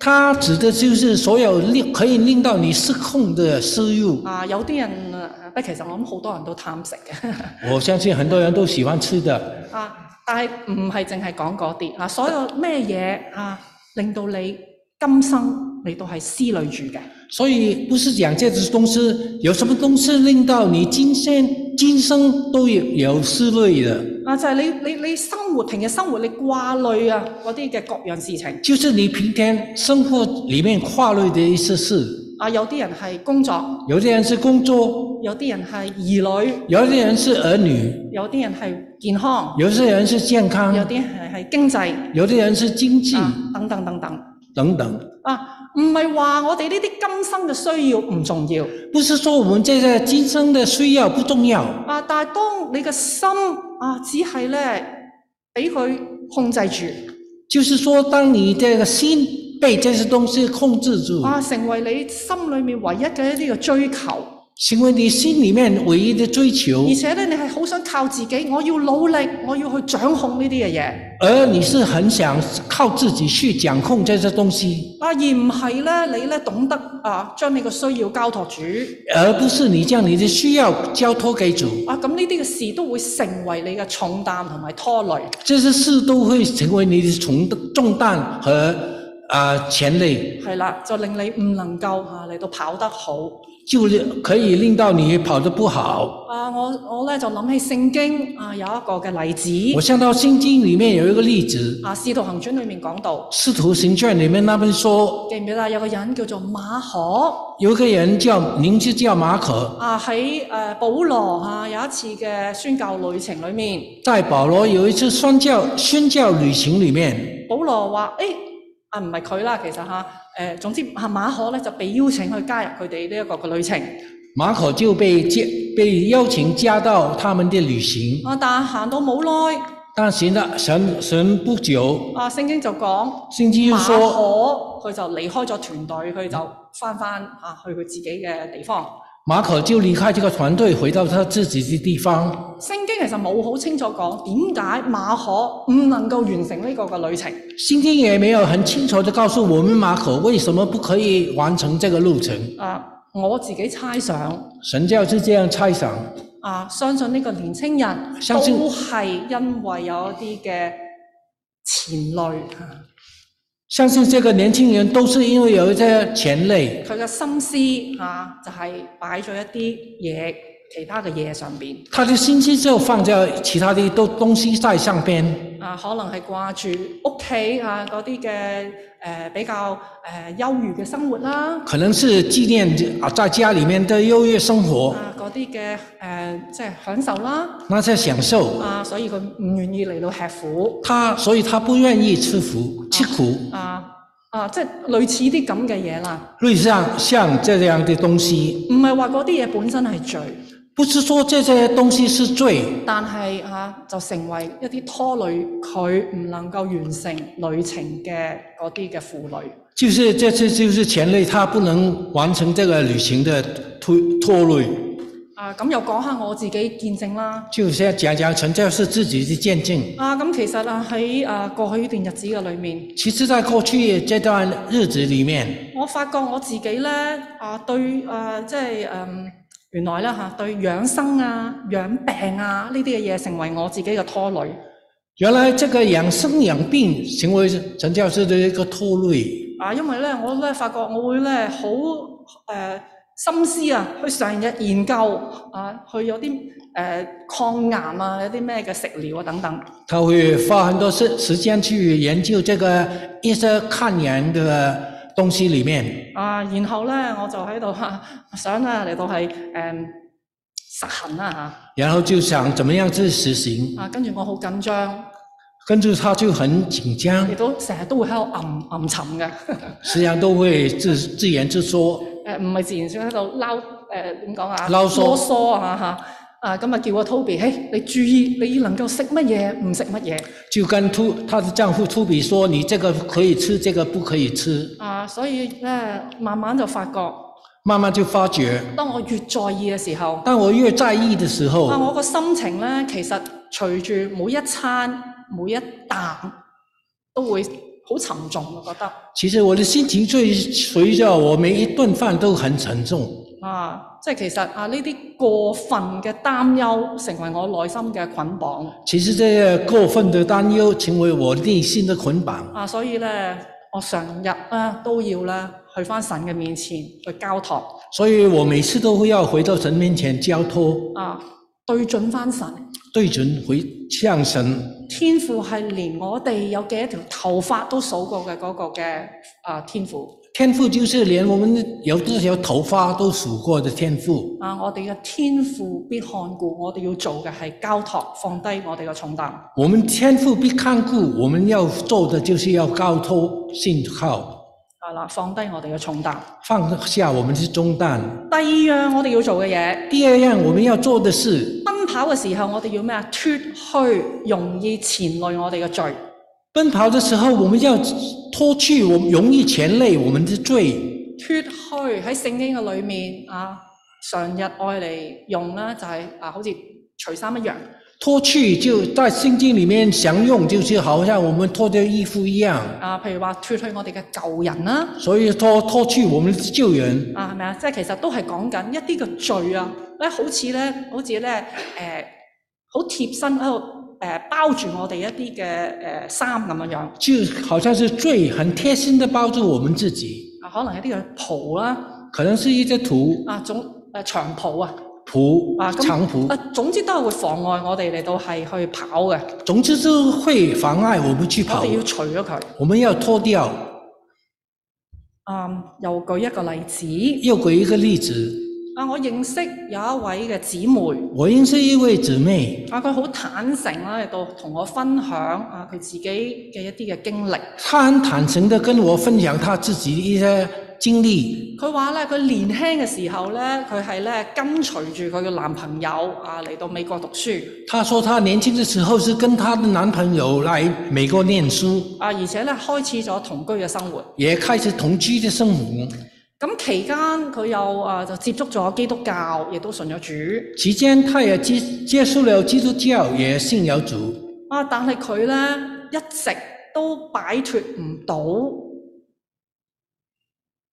S2: 它指的就是所有令可以令到你失控的私欲。
S3: 啊，有啲人啊，不其實我諗好多人都貪食嘅 [LAUGHS]
S2: 我相信很多人都喜欢吃的，
S3: 啊，但係唔係淨係講嗰啲啊，所有咩嘢啊令到你今生你都係思慮住嘅。
S2: 所以不是讲这只东西有什么东西令到你今生今生都有有思虑的，
S3: 啊！就係、你你你生活平日生活你掛慮啊嗰啲嘅各樣事情
S2: 就是你平天生活里面跨虑的一些事。
S3: 啊，有啲人係工作，
S2: 有的人是工作，
S3: 有啲人係兒女，
S2: 有的人是儿女，
S3: 有啲人係健康，
S2: 有的人是健康，
S3: 有啲係係經濟
S2: 有的人是经济、
S3: 啊等等等等。
S2: 等等。
S3: 啊，唔係話我哋呢啲今生嘅需要唔重要
S2: 不是说我们这个今生的需要不重要，
S3: 啊，但係當你嘅心啊，只係咧俾佢控制住
S2: 就是说当你这个心被这些东西控制住，
S3: 啊，成為你心裏面唯一嘅一啲嘅追求，
S2: 成为你心里面唯一的追求
S3: 而，且咧你係好想靠自己，我要努力，我要去掌控呢啲嘅嘢
S2: 而你是很想靠自己去掌控这些东西，
S3: 啊，而唔係咧你咧懂得啊將你嘅需要交託主
S2: 而不是你将你的需要交托给主。
S3: 啊，咁呢啲嘅事都會成為你嘅重擔同埋拖累。
S2: 这些事都会成为你的重重担和啊、呃前累，
S3: 係啦，就令你唔能夠啊嚟到跑得好，
S2: 就可以令到你跑得不好。
S3: 啊，我我咧就諗起聖經啊，有一個嘅例
S2: 我
S3: 子，
S2: 想到《圣經》里面有一个例子，《
S3: 啊《使徒行傳》裏面講到，
S2: 使徒行传》里面那边说，
S3: 記唔記得啊有個人叫做馬可
S2: 有一个人叫名字叫马可，
S3: 啊，喺誒、呃保羅啊有一次嘅宣教旅程裏面，
S2: 在保罗有一次宣教宣教旅行里面，
S3: 保羅話：誒、啊唔係佢啦，其實嚇誒、呃總之啊馬可咧就被邀請去加入佢哋呢一個嘅旅程
S2: 马可就被接被邀请加到他们的旅行，
S3: 啊，但行到冇耐
S2: 但行了神神不久，
S3: 啊，聖經就講
S2: 圣经就
S3: 馬
S2: 说
S3: 可佢就離開咗團隊，佢就翻翻啊去佢自己嘅地方。
S2: 马可就离开这个团队，回到他自己的地方。
S3: 聖經其實冇好清楚講點解馬可唔能夠完成呢個嘅旅程，
S2: 圣经也没有很清楚地告诉我们马可为什么不可以完成这个路程。
S3: 啊，我自己猜想
S2: 神教是这样猜想，
S3: 啊，相信呢個年青人
S2: 相信
S3: 都係因為有一啲嘅前累，啊
S2: 相信这个年轻人都是因为有一些前累，
S3: 佢嘅心思啊就係擺咗一啲嘢其他嘅嘢上邊
S2: 他的心思就放在其他的都东西在上边，
S3: 啊，可能係掛住屋企啊嗰啲嘅誒比較誒、呃、優裕嘅生活啦。
S2: 可能是纪念啊在家里面的优越生活，
S3: 啊，嗰啲嘅誒，即係享受啦，
S2: 那些享受，
S3: 啊，所以佢唔願意嚟到吃苦，
S2: 他所以他不愿意吃苦吃苦，
S3: 啊啊，即係類似啲咁嘅嘢啦，
S2: 类似像像这样的东西，
S3: 唔係話嗰啲嘢本身係罪，
S2: 不是说这些东西是罪，
S3: 但係啊就成為一啲拖累佢唔能夠完成旅程嘅嗰啲嘅負累。
S2: 就是这次就是前累他不能完成这个旅行的拖拖累，
S3: 啊，咁又講下我自己見證啦。
S2: 就是要讲讲陈教士自己的见证。
S3: 啊，咁其實啊喺啊過去呢段日子嘅裏面，
S2: 其实，在过去这段日子里面，
S3: 我發覺我自己呢，啊對啊即係嗯原來呢，嚇、對養生啊、養病啊呢啲嘅嘢成為我自己嘅拖累。
S2: 原来这个养生养病成为陈教士的一个拖累，
S3: 啊，因為呢，我呢發覺我會呢好誒心思啊，去成日研究啊，去有啲誒、呃抗癌啊，有啲咩嘅食療啊等等。
S2: 他会花很多时时间去研究这个一些抗炎的东西里面。
S3: 啊，然後咧我就喺度嚇想啊嚟到係誒實行啦嚇，
S2: 然后就想怎么样去实行，
S3: 啊跟住我好緊張，
S2: 跟住他就很紧张
S3: 亦，都成日都會喺度暗暗沉嘅，
S2: 时常都会自自言自说，
S3: 誒呃唔係自然想喺度撈誒點講啊，
S2: 撈嗦
S3: 囉嗦啊嚇。啊，咁啊叫阿 Toby，嘿，你注意，你能夠食乜嘢，唔食乜嘢。
S2: 就跟突她的丈夫突比说：“你这个可以吃，这个不可以吃。
S3: 啊，所以咧，慢慢就發覺，”
S2: 慢慢就发觉，
S3: 當我越在意嘅時候，
S2: 当我越在意的时
S3: 啊，
S2: 候，
S3: 我個心情咧，其實隨住每一餐、每一啖都會好沉重，我覺得
S2: 其实我的心情最随着我每一顿饭都很沉重。
S3: 啊，即係其實啊，呢啲過分嘅擔憂成為我內心嘅捆綁
S2: 其实这个过分的担忧成为我内心的捆绑，
S3: 啊，所以咧，我成日咧都要咧去翻神嘅面前去交託
S2: 所以我每次都会要回到神面前交托，
S3: 啊，對準翻神。
S2: 对准回向神。
S3: 天父係連我哋有幾多條頭髮都數過嘅嗰個嘅啊天父
S2: 天赋就是连我们有多少头发都数过的天赋。
S3: 啊！我哋嘅天父必看顧，我哋要做嘅係交託，放低我哋嘅重擔。啊
S2: 我们天赋必看顾，我们要做的就是要高托信靠，
S3: 係啦，放低我哋嘅重擔。
S2: 放下我们的重担。
S3: 第二樣我哋要做嘅嘢，
S2: 第二样我们要做的是，
S3: 奔跑嘅時候我哋要咩啊？脱去容易纏累我哋嘅罪。
S2: 奔跑的时候我们要脱去我们容易前累我们的罪。
S3: 脱去喺聖經嘅裏面啊，常日愛嚟用啦，就係、啊，好似除衫一樣。
S2: 脱去就在圣经里面常用，就是好像我们脱掉衣服一样，
S3: 啊，譬如話脱去我哋嘅舊人啦，
S2: 所以脱脱去我们的旧人。
S3: 啊係咪啊？即係其實都係講緊一啲嘅罪啊，咧好似咧，好似咧誒，好、貼身喺度誒包住我哋一啲嘅誒衫咁樣樣。
S2: 就好像是最很贴心的包住我们自己，
S3: 啊，可能一啲嘅袍啦，
S2: 可能是一些图
S3: 啊總誒、長袍啊。
S2: 谱
S3: 啊，咁
S2: 长谱
S3: 啊，，總之都係會妨礙我哋嚟到係去跑嘅，
S2: 总之就会妨碍我们去
S3: 我
S2: 跑。
S3: 哋要除咗佢。
S2: 我们要脱掉。
S3: 嗯，又舉一個例子，
S2: 又举一个例子，
S3: 啊，我認識有一位嘅姊妹，
S2: 我认识一位姊妹，
S3: 啊，佢好坦誠啦，嚟到同我分享啊佢自己嘅一啲嘅經歷。
S2: 她很坦诚地跟我分享她自己一些经历。
S3: 佢話咧，佢年輕嘅時候咧，佢係咧跟隨住佢嘅男朋友啊嚟到美國讀書，
S2: 她说她年轻的时候是跟她的男朋友来美国念书，
S3: 啊，而且咧開始咗同居嘅生活。
S2: 也开始同居的生活。
S3: 咁期間佢又啊就接觸咗基督教，亦都信咗主。
S2: 期间，她也接接受了基督教，也信了主。
S3: 啊，但係佢呢，一直都擺脱唔到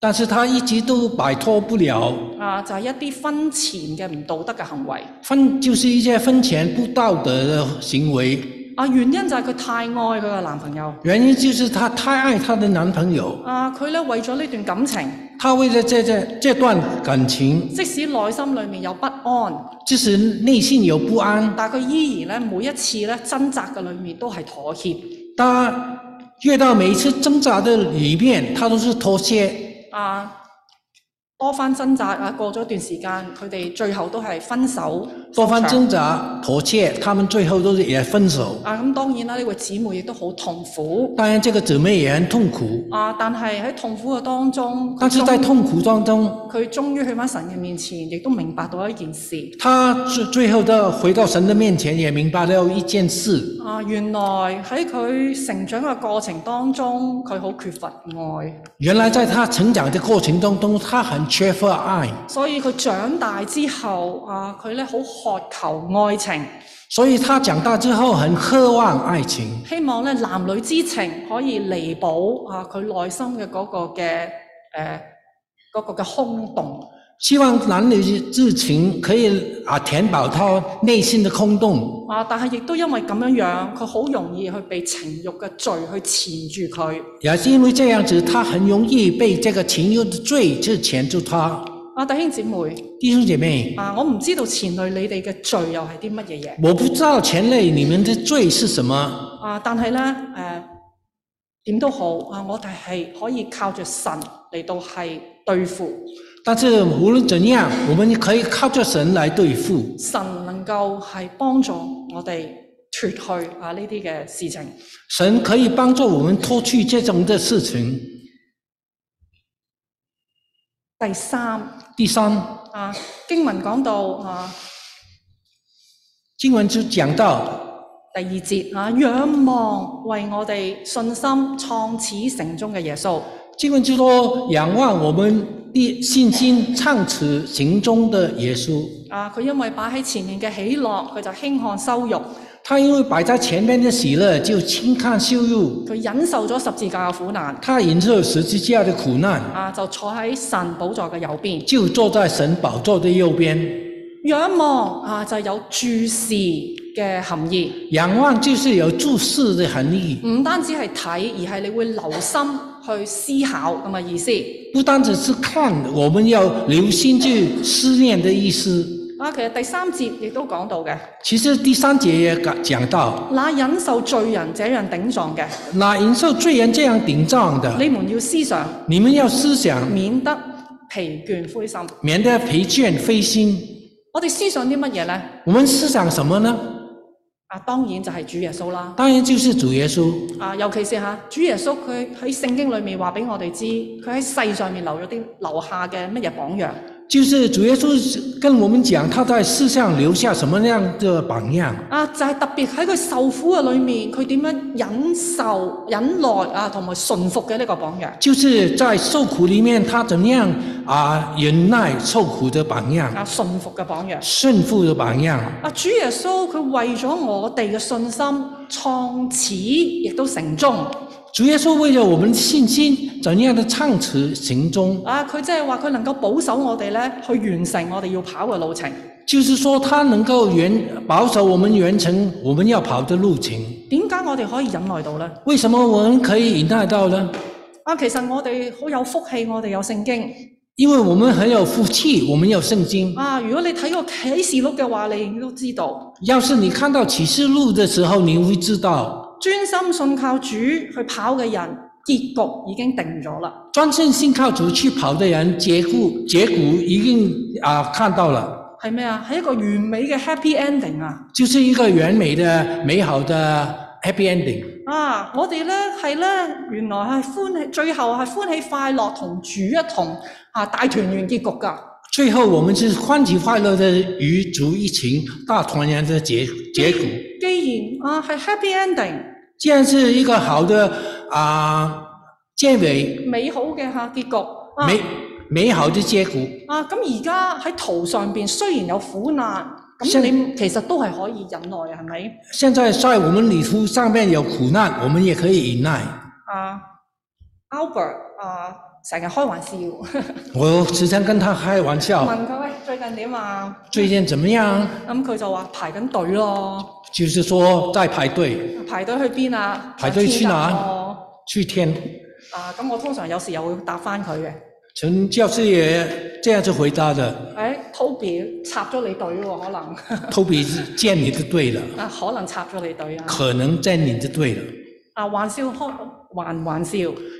S2: 但是他一直都摆脱不了
S3: 啊，就係、一啲婚前嘅唔道德嘅行為
S2: 分，就是一些婚前不道德的行为。
S3: 啊，原因就係佢太愛佢嘅男朋友
S2: 原因就是她太爱她的男朋友，
S3: 啊，佢呢為咗呢段感情，
S2: 她为了这这这段感情，
S3: 即使內心裡面有不安，
S2: 即使内心有不安，
S3: 但係佢依然呢，每一次呢掙扎嘅裡面都係妥協
S2: 她越到每一次挣扎的里面，她都是妥协。
S3: 啊，多番掙扎啊，過咗一段時間，佢哋最後都係分手
S2: 多番
S3: 收場
S2: 挣扎、妥协，他们最后都是也分手。
S3: 啊，咁當然啦，呢位姊妹亦都好痛苦
S2: 当然，这个姊妹也很痛苦，
S3: 啊，但係喺痛苦嘅當中，佢
S2: 但是
S3: 終
S2: 在痛苦当中，
S3: 佢終於去返神嘅面前，亦都明白到一件事
S2: 她最最后的回到神的面前，也明白了一件事，
S3: 啊！原來喺佢成長嘅過程當中，佢好缺乏愛，
S2: 原来在他成长的过程当中，他很缺乏爱，
S3: 所以佢長大之後啊，佢咧好渴求愛情，
S2: 所以他长大之后很渴望爱情，
S3: 希望咧男女之情可以彌補啊佢內心嘅嗰個嘅誒嗰個嘅空洞
S2: 希望男女之情可以啊填饱他内心的空洞。
S3: 啊！但係亦都因為咁樣樣，佢好容易去被情慾嘅罪去纏住佢。
S2: 也是因为这样子，他很容易被这个情欲的罪去钳住他。
S3: 啊，弟兄姊妹，
S2: 弟兄姐妹，
S3: 啊，我唔知道前類你哋嘅罪又係啲乜嘢嘢，
S2: 我不知道前类你们的罪是什么，
S3: 啊，但係咧，誒、點都好，啊，我哋係可以靠住神嚟到係對付，
S2: 但是无论怎样，我们可以靠着神来对付。
S3: 神能夠係幫助我哋脱去啊呢啲嘅事情。
S2: 神可以帮助我们脱去这种的事情。
S3: 第三
S2: 第三，
S3: 啊，經文講到啊
S2: 经文就讲到
S3: 第二節啊，仰望為我哋信心創始成終嘅耶穌。
S2: 经文就说，仰望我们的信心唱此行中的耶稣，
S3: 啊，佢因為擺喺前面嘅喜樂，佢就輕看羞辱，
S2: 他因为摆在前面的喜乐，就轻看羞辱，
S3: 佢忍受咗十字架嘅苦難，
S2: 他忍受十字架的苦难，
S3: 啊，就坐喺神寶座嘅右邊。
S2: 就坐在神宝座的右边。
S3: 仰望啊，就有注視嘅含義，
S2: 仰望就是有注视的含义，
S3: 唔單止係睇，而係你會留心去思考咁嘅意思。
S2: 不单只是看，我们要留心去思念的意思。
S3: 啊，其實第三節亦都講到嘅，
S2: 其实第三节也讲讲到，
S3: 那忍受罪人這樣頂撞嘅，
S2: 那忍受罪人这样顶撞的，
S3: 你們要思想，
S2: 你们要思想，
S3: 免得疲倦灰心。
S2: 免得疲倦灰心。
S3: 我哋思想啲乜嘢呢？
S2: 我们思想什么呢？
S3: 啊，當然就係主耶穌啦。
S2: 当然就是主耶稣。
S3: 啊，尤其是嚇主耶穌佢喺聖經裏面話俾我哋知，佢喺世上面留咗啲留下嘅乜嘢榜樣。
S2: 就是主耶稣跟我们讲他在世上留下什么样的榜样，
S3: 啊，就係、特別喺佢受苦嘅裏面，佢點樣忍受、忍耐啊，同埋順服嘅呢個榜樣。
S2: 就是在受苦里面他怎么样啊忍耐受苦的榜样，
S3: 啊，順服嘅榜樣。
S2: 顺服的榜样。
S3: 啊，主耶穌佢為咗我哋嘅信心創始，亦都成終。
S2: 主耶稣为了我们的信心，怎样的唱词行踪，
S3: 啊，佢即係話佢能夠保守我哋咧，去完成我哋要跑嘅路程。
S2: 就是说他能够原保守我们完成我们要跑的路程。
S3: 點解我哋可以忍耐到呢？
S2: 为什么我们可以忍耐到呢？
S3: 啊，其實我哋好有福氣，我哋有聖經。
S2: 因为我们很有福氣，我们有聖經。
S3: 啊，如果你睇過啟示錄嘅話，你都知道
S2: 要是你看到啟示錄的時候，你會知道，
S3: 專心信靠主去跑嘅人，結局已經定咗啦。
S2: 專心信靠主去跑的人，結果结果已經啊、看到了，
S3: 係咩啊？係一個完美嘅 happy ending 啊！
S2: 就是一個完美的、美好的 happy ending。
S3: 啊，我哋咧係咧，原來係歡喜，最後係歡喜快樂同主一同啊，大團圓結局㗎。
S2: 最後，我們是歡喜快樂的與主一情，大團圓的結結果。
S3: 既然啊係 happy ending
S2: 既然是一個好的啊、结結尾，
S3: 美好嘅嚇、結局啊。
S2: 美美好的結果。
S3: 啊，咁而家喺圖上邊雖然有苦難，咁
S2: 雖
S3: 你其實都係可以忍耐，係咪？
S2: 现在在我们旅途上面有苦难，我们也可以忍耐。
S3: 啊，Albert 啊，成日開玩笑，
S2: 哦我时常跟他开玩笑，
S3: [LAUGHS] 問佢喂最近點啊？
S2: 最近怎么样？
S3: 咁佢就話排緊隊咯，
S2: 就是说在排隊
S3: 排隊去邊啊？
S2: 排隊去哪
S3: 天鴿咯
S2: 去天，
S3: 啊，咁我通常有時又會答翻佢嘅，
S2: 陈教授也这样子回答的。
S3: 誒、Toby 哎插咗你隊喎，可能 [LAUGHS]
S2: 托比见你的队了，
S3: 啊，可能插咗你隊啊，
S2: 可能见你的队了。
S3: 啊，玩笑開還玩笑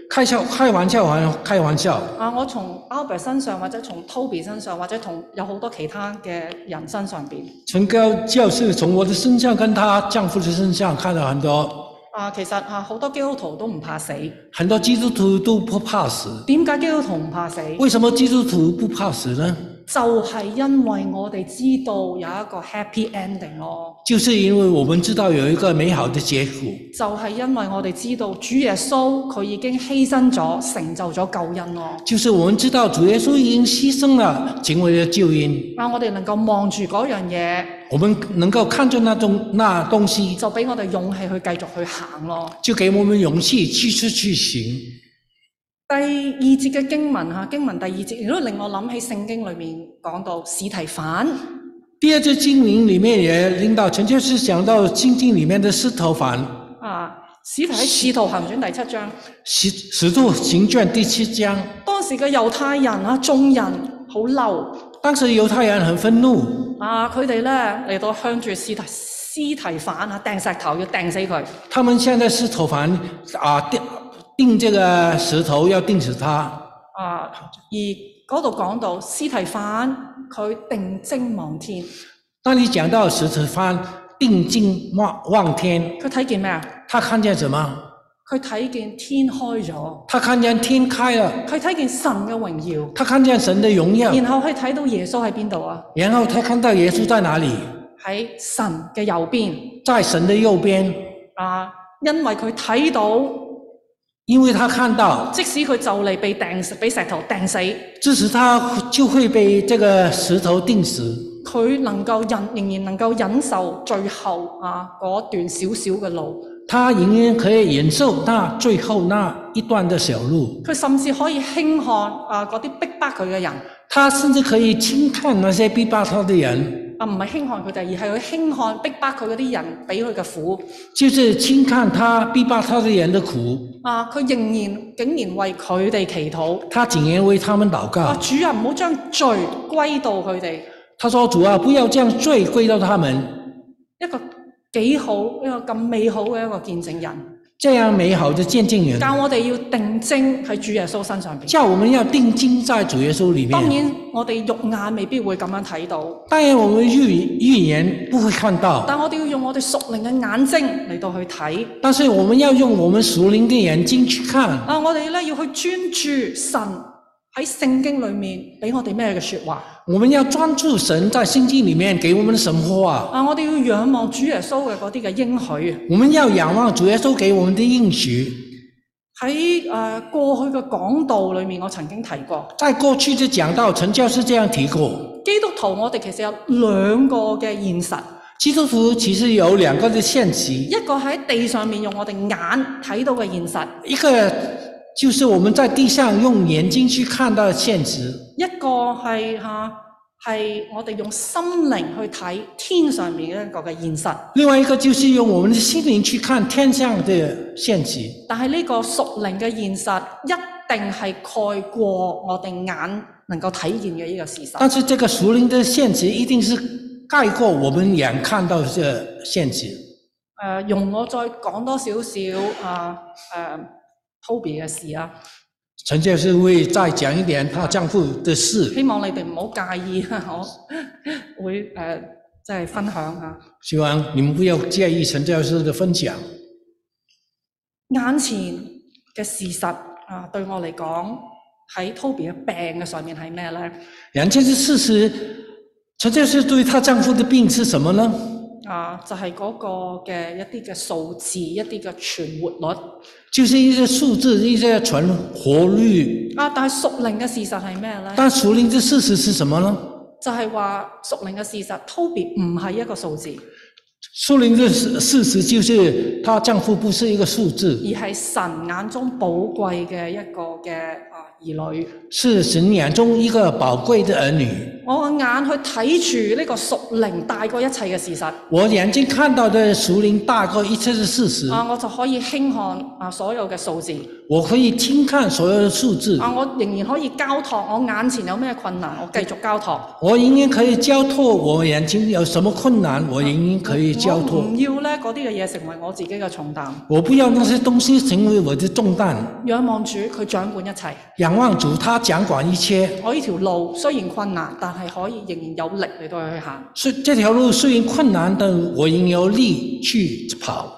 S2: 开笑开玩笑还开玩笑，
S3: 啊！我從 Albert 身上，或者從 Toby 身上，或者同有好多其他嘅人身上邊
S2: 陈高教授从我的身上跟她丈夫的身上看到很多，
S3: 啊，其實啊，好多基督徒都唔怕死。
S2: 很多基督徒都不怕死。
S3: 點解基督徒唔怕死？
S2: 为什么基督徒不怕死呢？
S3: 就係因為我哋知道有一個 happy ending 咯，
S2: 就是因为我们知道有一个美好的结果，
S3: 就係因為我哋知道主耶穌佢已經犧牲咗，成就咗救恩咯。
S2: 就是我们知道主耶稣已经牺牲了，成为了救恩。
S3: 啊，我哋能夠望住嗰樣嘢，
S2: 我们能够看着那东那东西，
S3: 就俾我哋勇氣去繼續去行咯。
S2: 就给我们勇气去去去行。
S3: 第二節嘅經文嚇，經文第二節亦都令我諗起聖經裏面講到史提反
S2: 第二次经文里面也领导陈教师讲到经经里面的石头反
S3: 啊，史提喺《使徒行傳》第七章，
S2: 石石头行卷第七章，
S3: 當時嘅猶太人啊，眾人好嬲
S2: 当时犹太人很愤怒，
S3: 啊！佢哋咧嚟到向住司提司提反啊，掟石頭要掟死佢。
S2: 他们现在是头凡啊定定这个石头要定死他。
S3: 啊，而嗰度講到司提反佢定睛望天，
S2: 那你讲到石头方定睛望望天，
S3: 佢睇見咩啊？
S2: 他看见什么？
S3: 佢睇見天開咗，
S2: 他看见天开了，
S3: 佢睇見神嘅榮
S2: 他看见神的荣耀
S3: 耀，，然後佢睇到耶穌喺邊度啊？
S2: 然后他看到耶稣在哪里，
S3: 喺神嘅右邊
S2: 在神的右边，
S3: 啊！因為佢睇到，
S2: 因为他看到，
S3: 即使佢就嚟被掟死，俾石頭掟死，
S2: 致使他就会被这个石头定死。
S3: 佢能夠忍，仍然能夠忍受最後啊嗰段少少嘅路。
S2: 他仍然可以忍受那最后那一段的小路，
S3: 佢甚至可以輕看啊嗰啲逼迫佢嘅人，
S2: 他甚至可以轻看那些逼迫他的人，
S3: 啊，唔係輕看佢哋，而係佢輕看逼迫佢嗰啲人俾佢嘅苦。
S2: 就是轻看他逼迫他的人的苦，
S3: 啊，佢仍然竟然為佢哋祈禱。
S2: 他竟然为他们祷
S3: 啊，
S2: 告。
S3: 主啊，唔好將罪歸到佢哋。
S2: 他说：“主啊，不要將罪归到他们，
S3: 一個幾好，一個咁美好嘅一個見證人，
S2: 这样美好的见证人，
S3: 教我哋要定睛喺主耶穌身上邊。
S2: 叫我们要定睛在主耶稣里
S3: 當
S2: 面。
S3: 然，我哋肉眼未必會咁樣睇到，
S2: 当然，我们预预言不会看到，
S3: 但我哋要用我哋屬靈嘅眼睛嚟到去睇。
S2: 但是我们要用我们属灵的眼睛去看。
S3: 啊，我哋咧要去專注神喺聖經裏面俾我哋咩嘅説話。
S2: 我们要专注神在圣经里面给我们的神话，
S3: 啊，我哋要仰望主耶穌嘅嗰啲嘅應許。
S2: 我们要仰望主耶稣给我们的应许。
S3: 喺誒、呃、過去嘅講道裏面，我曾經提過，
S2: 在过去的讲到，陈教师这样提过，
S3: 基督徒我哋其實有兩個嘅現實，
S2: 基督徒其实有两个的现实，
S3: 一個喺地上面用我哋眼睇到嘅現實，
S2: 一个就是我们在地上用眼睛去看到的现实，
S3: 一個係嚇係我哋用心靈去睇天上面一個嘅現實。
S2: 另外一个就是用我们的心灵去看天上的现实。
S3: 但係呢個屬靈嘅現實一定係蓋過我哋眼能夠睇見嘅呢個事實。
S2: 但是这个属灵的现实一定是盖过我们眼看到的现实。
S3: 誒、呃容我再講多少少啊誒 Toby 嘅事啊，
S2: 陈教授会再讲一点她丈夫的事，
S3: 希望你哋唔好介意，我 [LAUGHS] 會誒、呃即係分享啊下。
S2: 希望你们不要介意陈教授的分享。
S3: 眼前嘅事實啊，對我嚟講喺 Toby 嘅病嘅上面係咩咧？
S2: 两件事事实，陈教授对她丈夫的病是什么呢？
S3: 啊，就係、嗰個嘅一啲嘅數字，一啲嘅存活率。
S2: 就是一些数字，一些存活率。
S3: 啊，但係屬靈嘅事實係咩咧？
S2: 但属灵的事实是什么呢？
S3: 就係話屬靈嘅事實，Toby 唔係一個數字，
S2: 属灵的事事实就是她丈夫不是一个数字
S3: 而，係神眼中寶貴嘅一個嘅啊兒女。
S2: 是神眼中一个宝贵的儿女。
S3: 我個眼去睇住呢個屬靈大過一切嘅事實，
S2: 我眼睛看到的属灵大过一切的事实，
S3: 啊，我就可以輕看啊所有嘅數字，
S2: 我可以轻看所有的数字，
S3: 啊，我仍然可以交託我眼前有咩困難，我繼續交託。
S2: 我仍然可以交托我眼睛有什么困难，我仍然可以交
S3: 我
S2: 托。
S3: 唔要呢嗰啲嘅嘢成為我自己嘅重擔。
S2: 我不要那些东西成为我的重担。
S3: 仰望主，佢掌管一切。
S2: 仰望主，他掌管一切。
S3: 我呢條路雖然困難，但係可以仍然有力嚟到去行。
S2: 虽这条路虽然困难，但我仍有力去跑。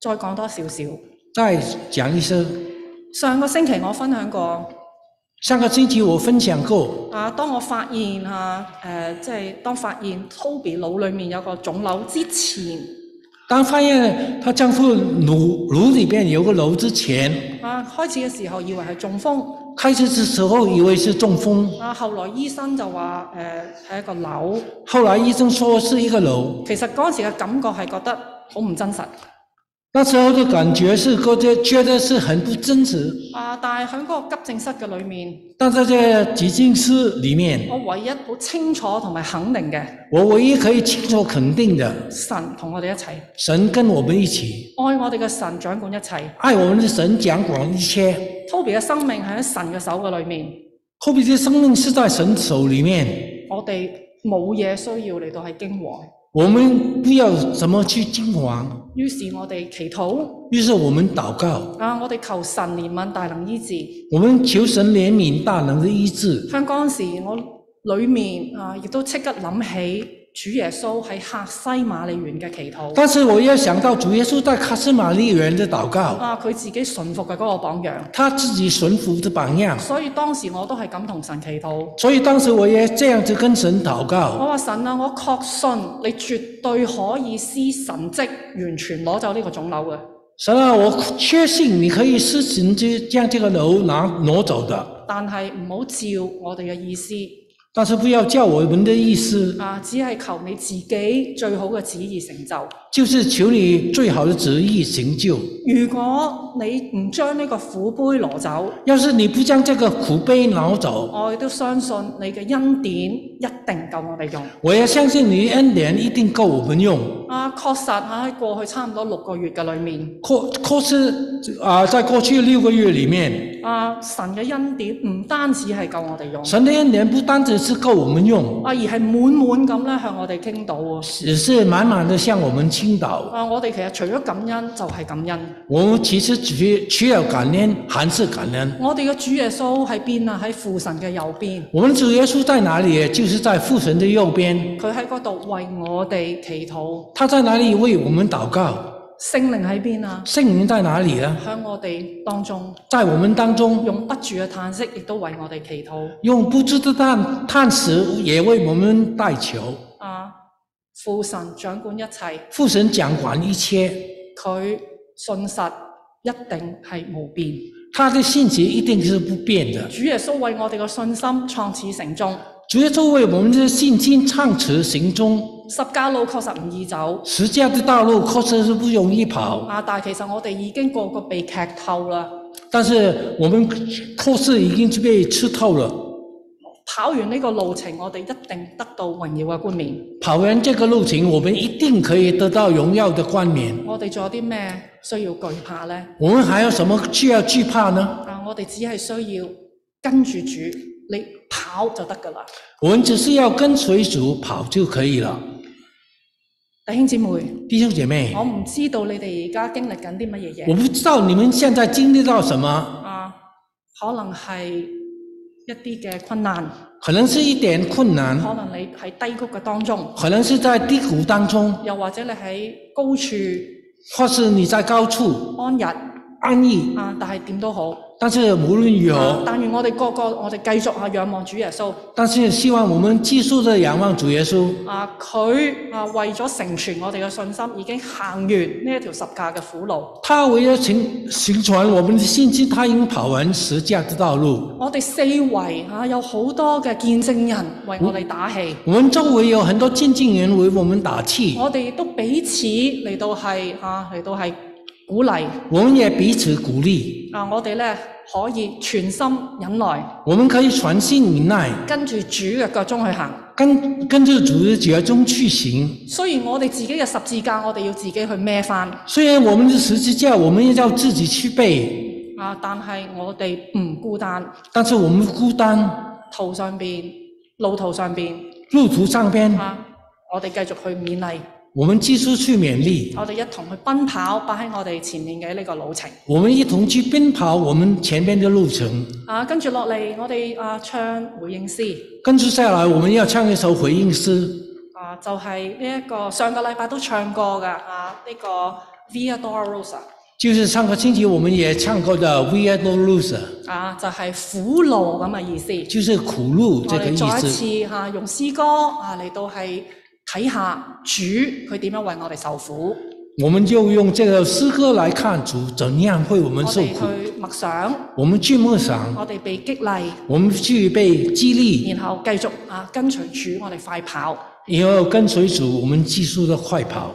S3: 再講多少少。
S2: 再讲一声，
S3: 上個星期我分享過，
S2: 上个星期我分享过，
S3: 啊，當我發現啊，誒、即係當發現 Toby 腦裡面有個腫瘤之前，
S2: 当发现她丈夫颅颅里边有个瘤之前，
S3: 啊，開始嘅時候以為係中風，
S2: 开始的时候以为是中风，
S3: 啊，後來醫生就話誒係一個瘤，
S2: 后来医生说是一个瘤，
S3: 其實嗰陣時嘅感覺係覺得好唔真實，
S2: 那时候的感觉是觉得觉得是很不真实。
S3: 啊，但係喺嗰個急症室嘅裏面，
S2: 但在这急诊室里面，
S3: 我唯一好清楚同埋肯定嘅，
S2: 我唯一可以清楚肯定的，
S3: 神同我哋一齊，愛
S2: 神跟我们一起，
S3: 我哋嘅神掌管一切
S2: 爱我们的神掌管一切。
S3: Toby 嘅生命係喺神嘅手嘅裏面，
S2: 科比的生命是在神手里面，
S3: 我哋冇嘢需要嚟到係驚惶。
S2: 我们不要怎么去惊惶。
S3: 於是我哋祈禱
S2: 于是我们祷告，
S3: 啊，我哋求神憐憫大能醫治。
S2: 我们求神怜悯大能的医治。
S3: 香港時我裏面啊，亦都即刻諗起主耶穌喺客西馬利園嘅祈禱
S2: 但是我又想到主耶稣在卡斯玛利园的祷告，
S3: 啊，佢自己順服嘅嗰個榜樣。
S2: 他自己顺服的榜样。
S3: 所以當時我都係咁同神祈禱。
S2: 所以当时我也这样子跟神祷
S3: 我
S2: 告，
S3: 話神啊，我確信你絕對可以施神蹟，完全攞走呢個腫瘤嘅。
S2: 神啊，我确信你可以施行这将这个楼拿挪走的，
S3: 但係唔好照我哋嘅意思
S2: 但是不要叫我们的意思，
S3: 啊，只係求你自己最好嘅旨意成就。
S2: 就是求你最好的旨意行就。
S3: 如果你唔將呢個苦杯攞走，
S2: 要是你不将这个苦杯拿走，
S3: 我亦都相信你嘅恩典一定夠我哋用。
S2: 我也相信你的恩典一定够我们用。
S3: 啊，確實啊喺過去差唔多六個月嘅裏面，
S2: 可可是啊，在过去六个月里面，
S3: 啊神嘅恩典唔單止係夠我哋用，啊
S2: 神的恩典不单只是够我们用，
S3: 啊而係滿滿咁咧向我哋傾倒喎。
S2: 只是满满的向我们倾倒。
S3: 啊！我哋其實除咗感恩就係感恩。
S2: 我们其实除除了感恩，还是感恩。
S3: 我哋嘅主耶穌喺邊啊？喺父神嘅右邊，
S2: 我们主耶稣在哪里？就是在父神的右边。
S3: 佢喺嗰度為我哋祈禱。
S2: 他在哪里为我们祷告？
S3: 聖靈喺邊啊？
S2: 圣灵在哪里呢？
S3: 喺我哋當中，
S2: 在我們當中，
S3: 用不住嘅嘆息，亦都為我哋祈禱。
S2: 用不知的叹叹息，也为我们代求。
S3: 啊！父神掌管一切，
S2: 父神掌管一切，
S3: 佢信實一定係無變。
S2: 他的信息一定是不变的。
S3: 主耶穌為我哋嘅信心創始成終。
S2: 主耶稣为我们的信心唱词行中，
S3: 十架路確實唔易走
S2: 十架的道路确实是不容易跑，
S3: 啊，但係其實我哋已經個個被劇透啦。
S2: 但是我们确实已经被吃透了。
S3: 跑完呢個路程，我哋一定得到榮耀嘅冠冕。
S2: 跑完这个路程，我们一定可以得到荣耀的冠冕。
S3: 我哋仲有啲咩需要懼怕呢？
S2: 我们还有什么需要惧怕呢？
S3: 啊，我哋只係需要跟住主，你跑就得㗎啦。
S2: 我们只是要跟随主跑就可以了。
S3: 弟兄姊妹，
S2: 弟兄姐妹
S3: 我，唔知道你哋而家經歷緊啲乜嘢
S2: 我
S3: 嘢
S2: 不知道你们现在经历到什么，
S3: 啊，可能係一啲嘅困難，
S2: 可能是一点困难，
S3: 可能你喺低谷嘅當中，
S2: 可能是在低谷当中，
S3: 又或者你喺高處
S2: 或是你在高处
S3: 安逸
S2: 安逸。
S3: 啊，但係點都好。
S2: 但是无论如
S3: 啊
S2: 何，
S3: 但願我哋個個我哋繼續啊仰望主耶穌。
S2: 但是希望我们继续的仰望主耶稣，
S3: 啊，佢啊為咗成全我哋嘅信心，已經行完呢一條十架嘅苦路。
S2: 他为了行行传我们的信息，他已经跑完十架的道路。
S3: 我哋四圍啊有好多嘅見證人為我哋打氣，
S2: 我们周围有很多见证人为我们打气，
S3: 我哋亦都彼此嚟到係啊嚟到係鼓勵
S2: 我们也彼此鼓励。
S3: 啊！我哋咧可以全心忍耐，
S2: 我们可以全心忍耐，
S3: 跟住主嘅腳蹤去行。
S2: 跟跟着主的脚中去行。
S3: 雖然我哋自己嘅十字架，我哋要自己去孭翻
S2: 虽然我们的十字架我们也要自己去背，
S3: 啊，但係我哋唔孤單，
S2: 但是我们孤单，
S3: 途上邊路途上邊
S2: 路途上边
S3: 啊，我哋繼續去勉勵。
S2: 我们继续去勉励，
S3: 我哋一同去奔跑，擺喺我哋前面嘅呢個路程。
S2: 我们一同去奔跑我们前面的路程。
S3: 啊，跟住落嚟，我哋啊唱回應詩，
S2: 跟住下来，我们要唱一首回应诗，
S3: 啊就係呢一個上個禮拜都唱過㗎啊呢、個 Via Dolorosa
S2: 就是上个星期我们也唱过的《We Are No Loser》，
S3: 啊，就係、苦路咁嘅意思。
S2: 就是苦路
S3: 我
S2: 这个
S3: 哋再
S2: 意
S3: 一
S2: 思。
S3: 次嚇、啊用詩歌啊嚟到係睇下主佢點樣為我哋受苦，
S2: 我们就用这个诗歌来看主怎样为我们
S3: 我
S2: 受
S3: 哋
S2: 苦，
S3: 去默想，
S2: 我们去默想，
S3: 我哋被激勵，
S2: 我们去被激励。
S3: 然後繼續啊跟隨主，我哋快跑。
S2: 以后跟随主，我们继续的快跑。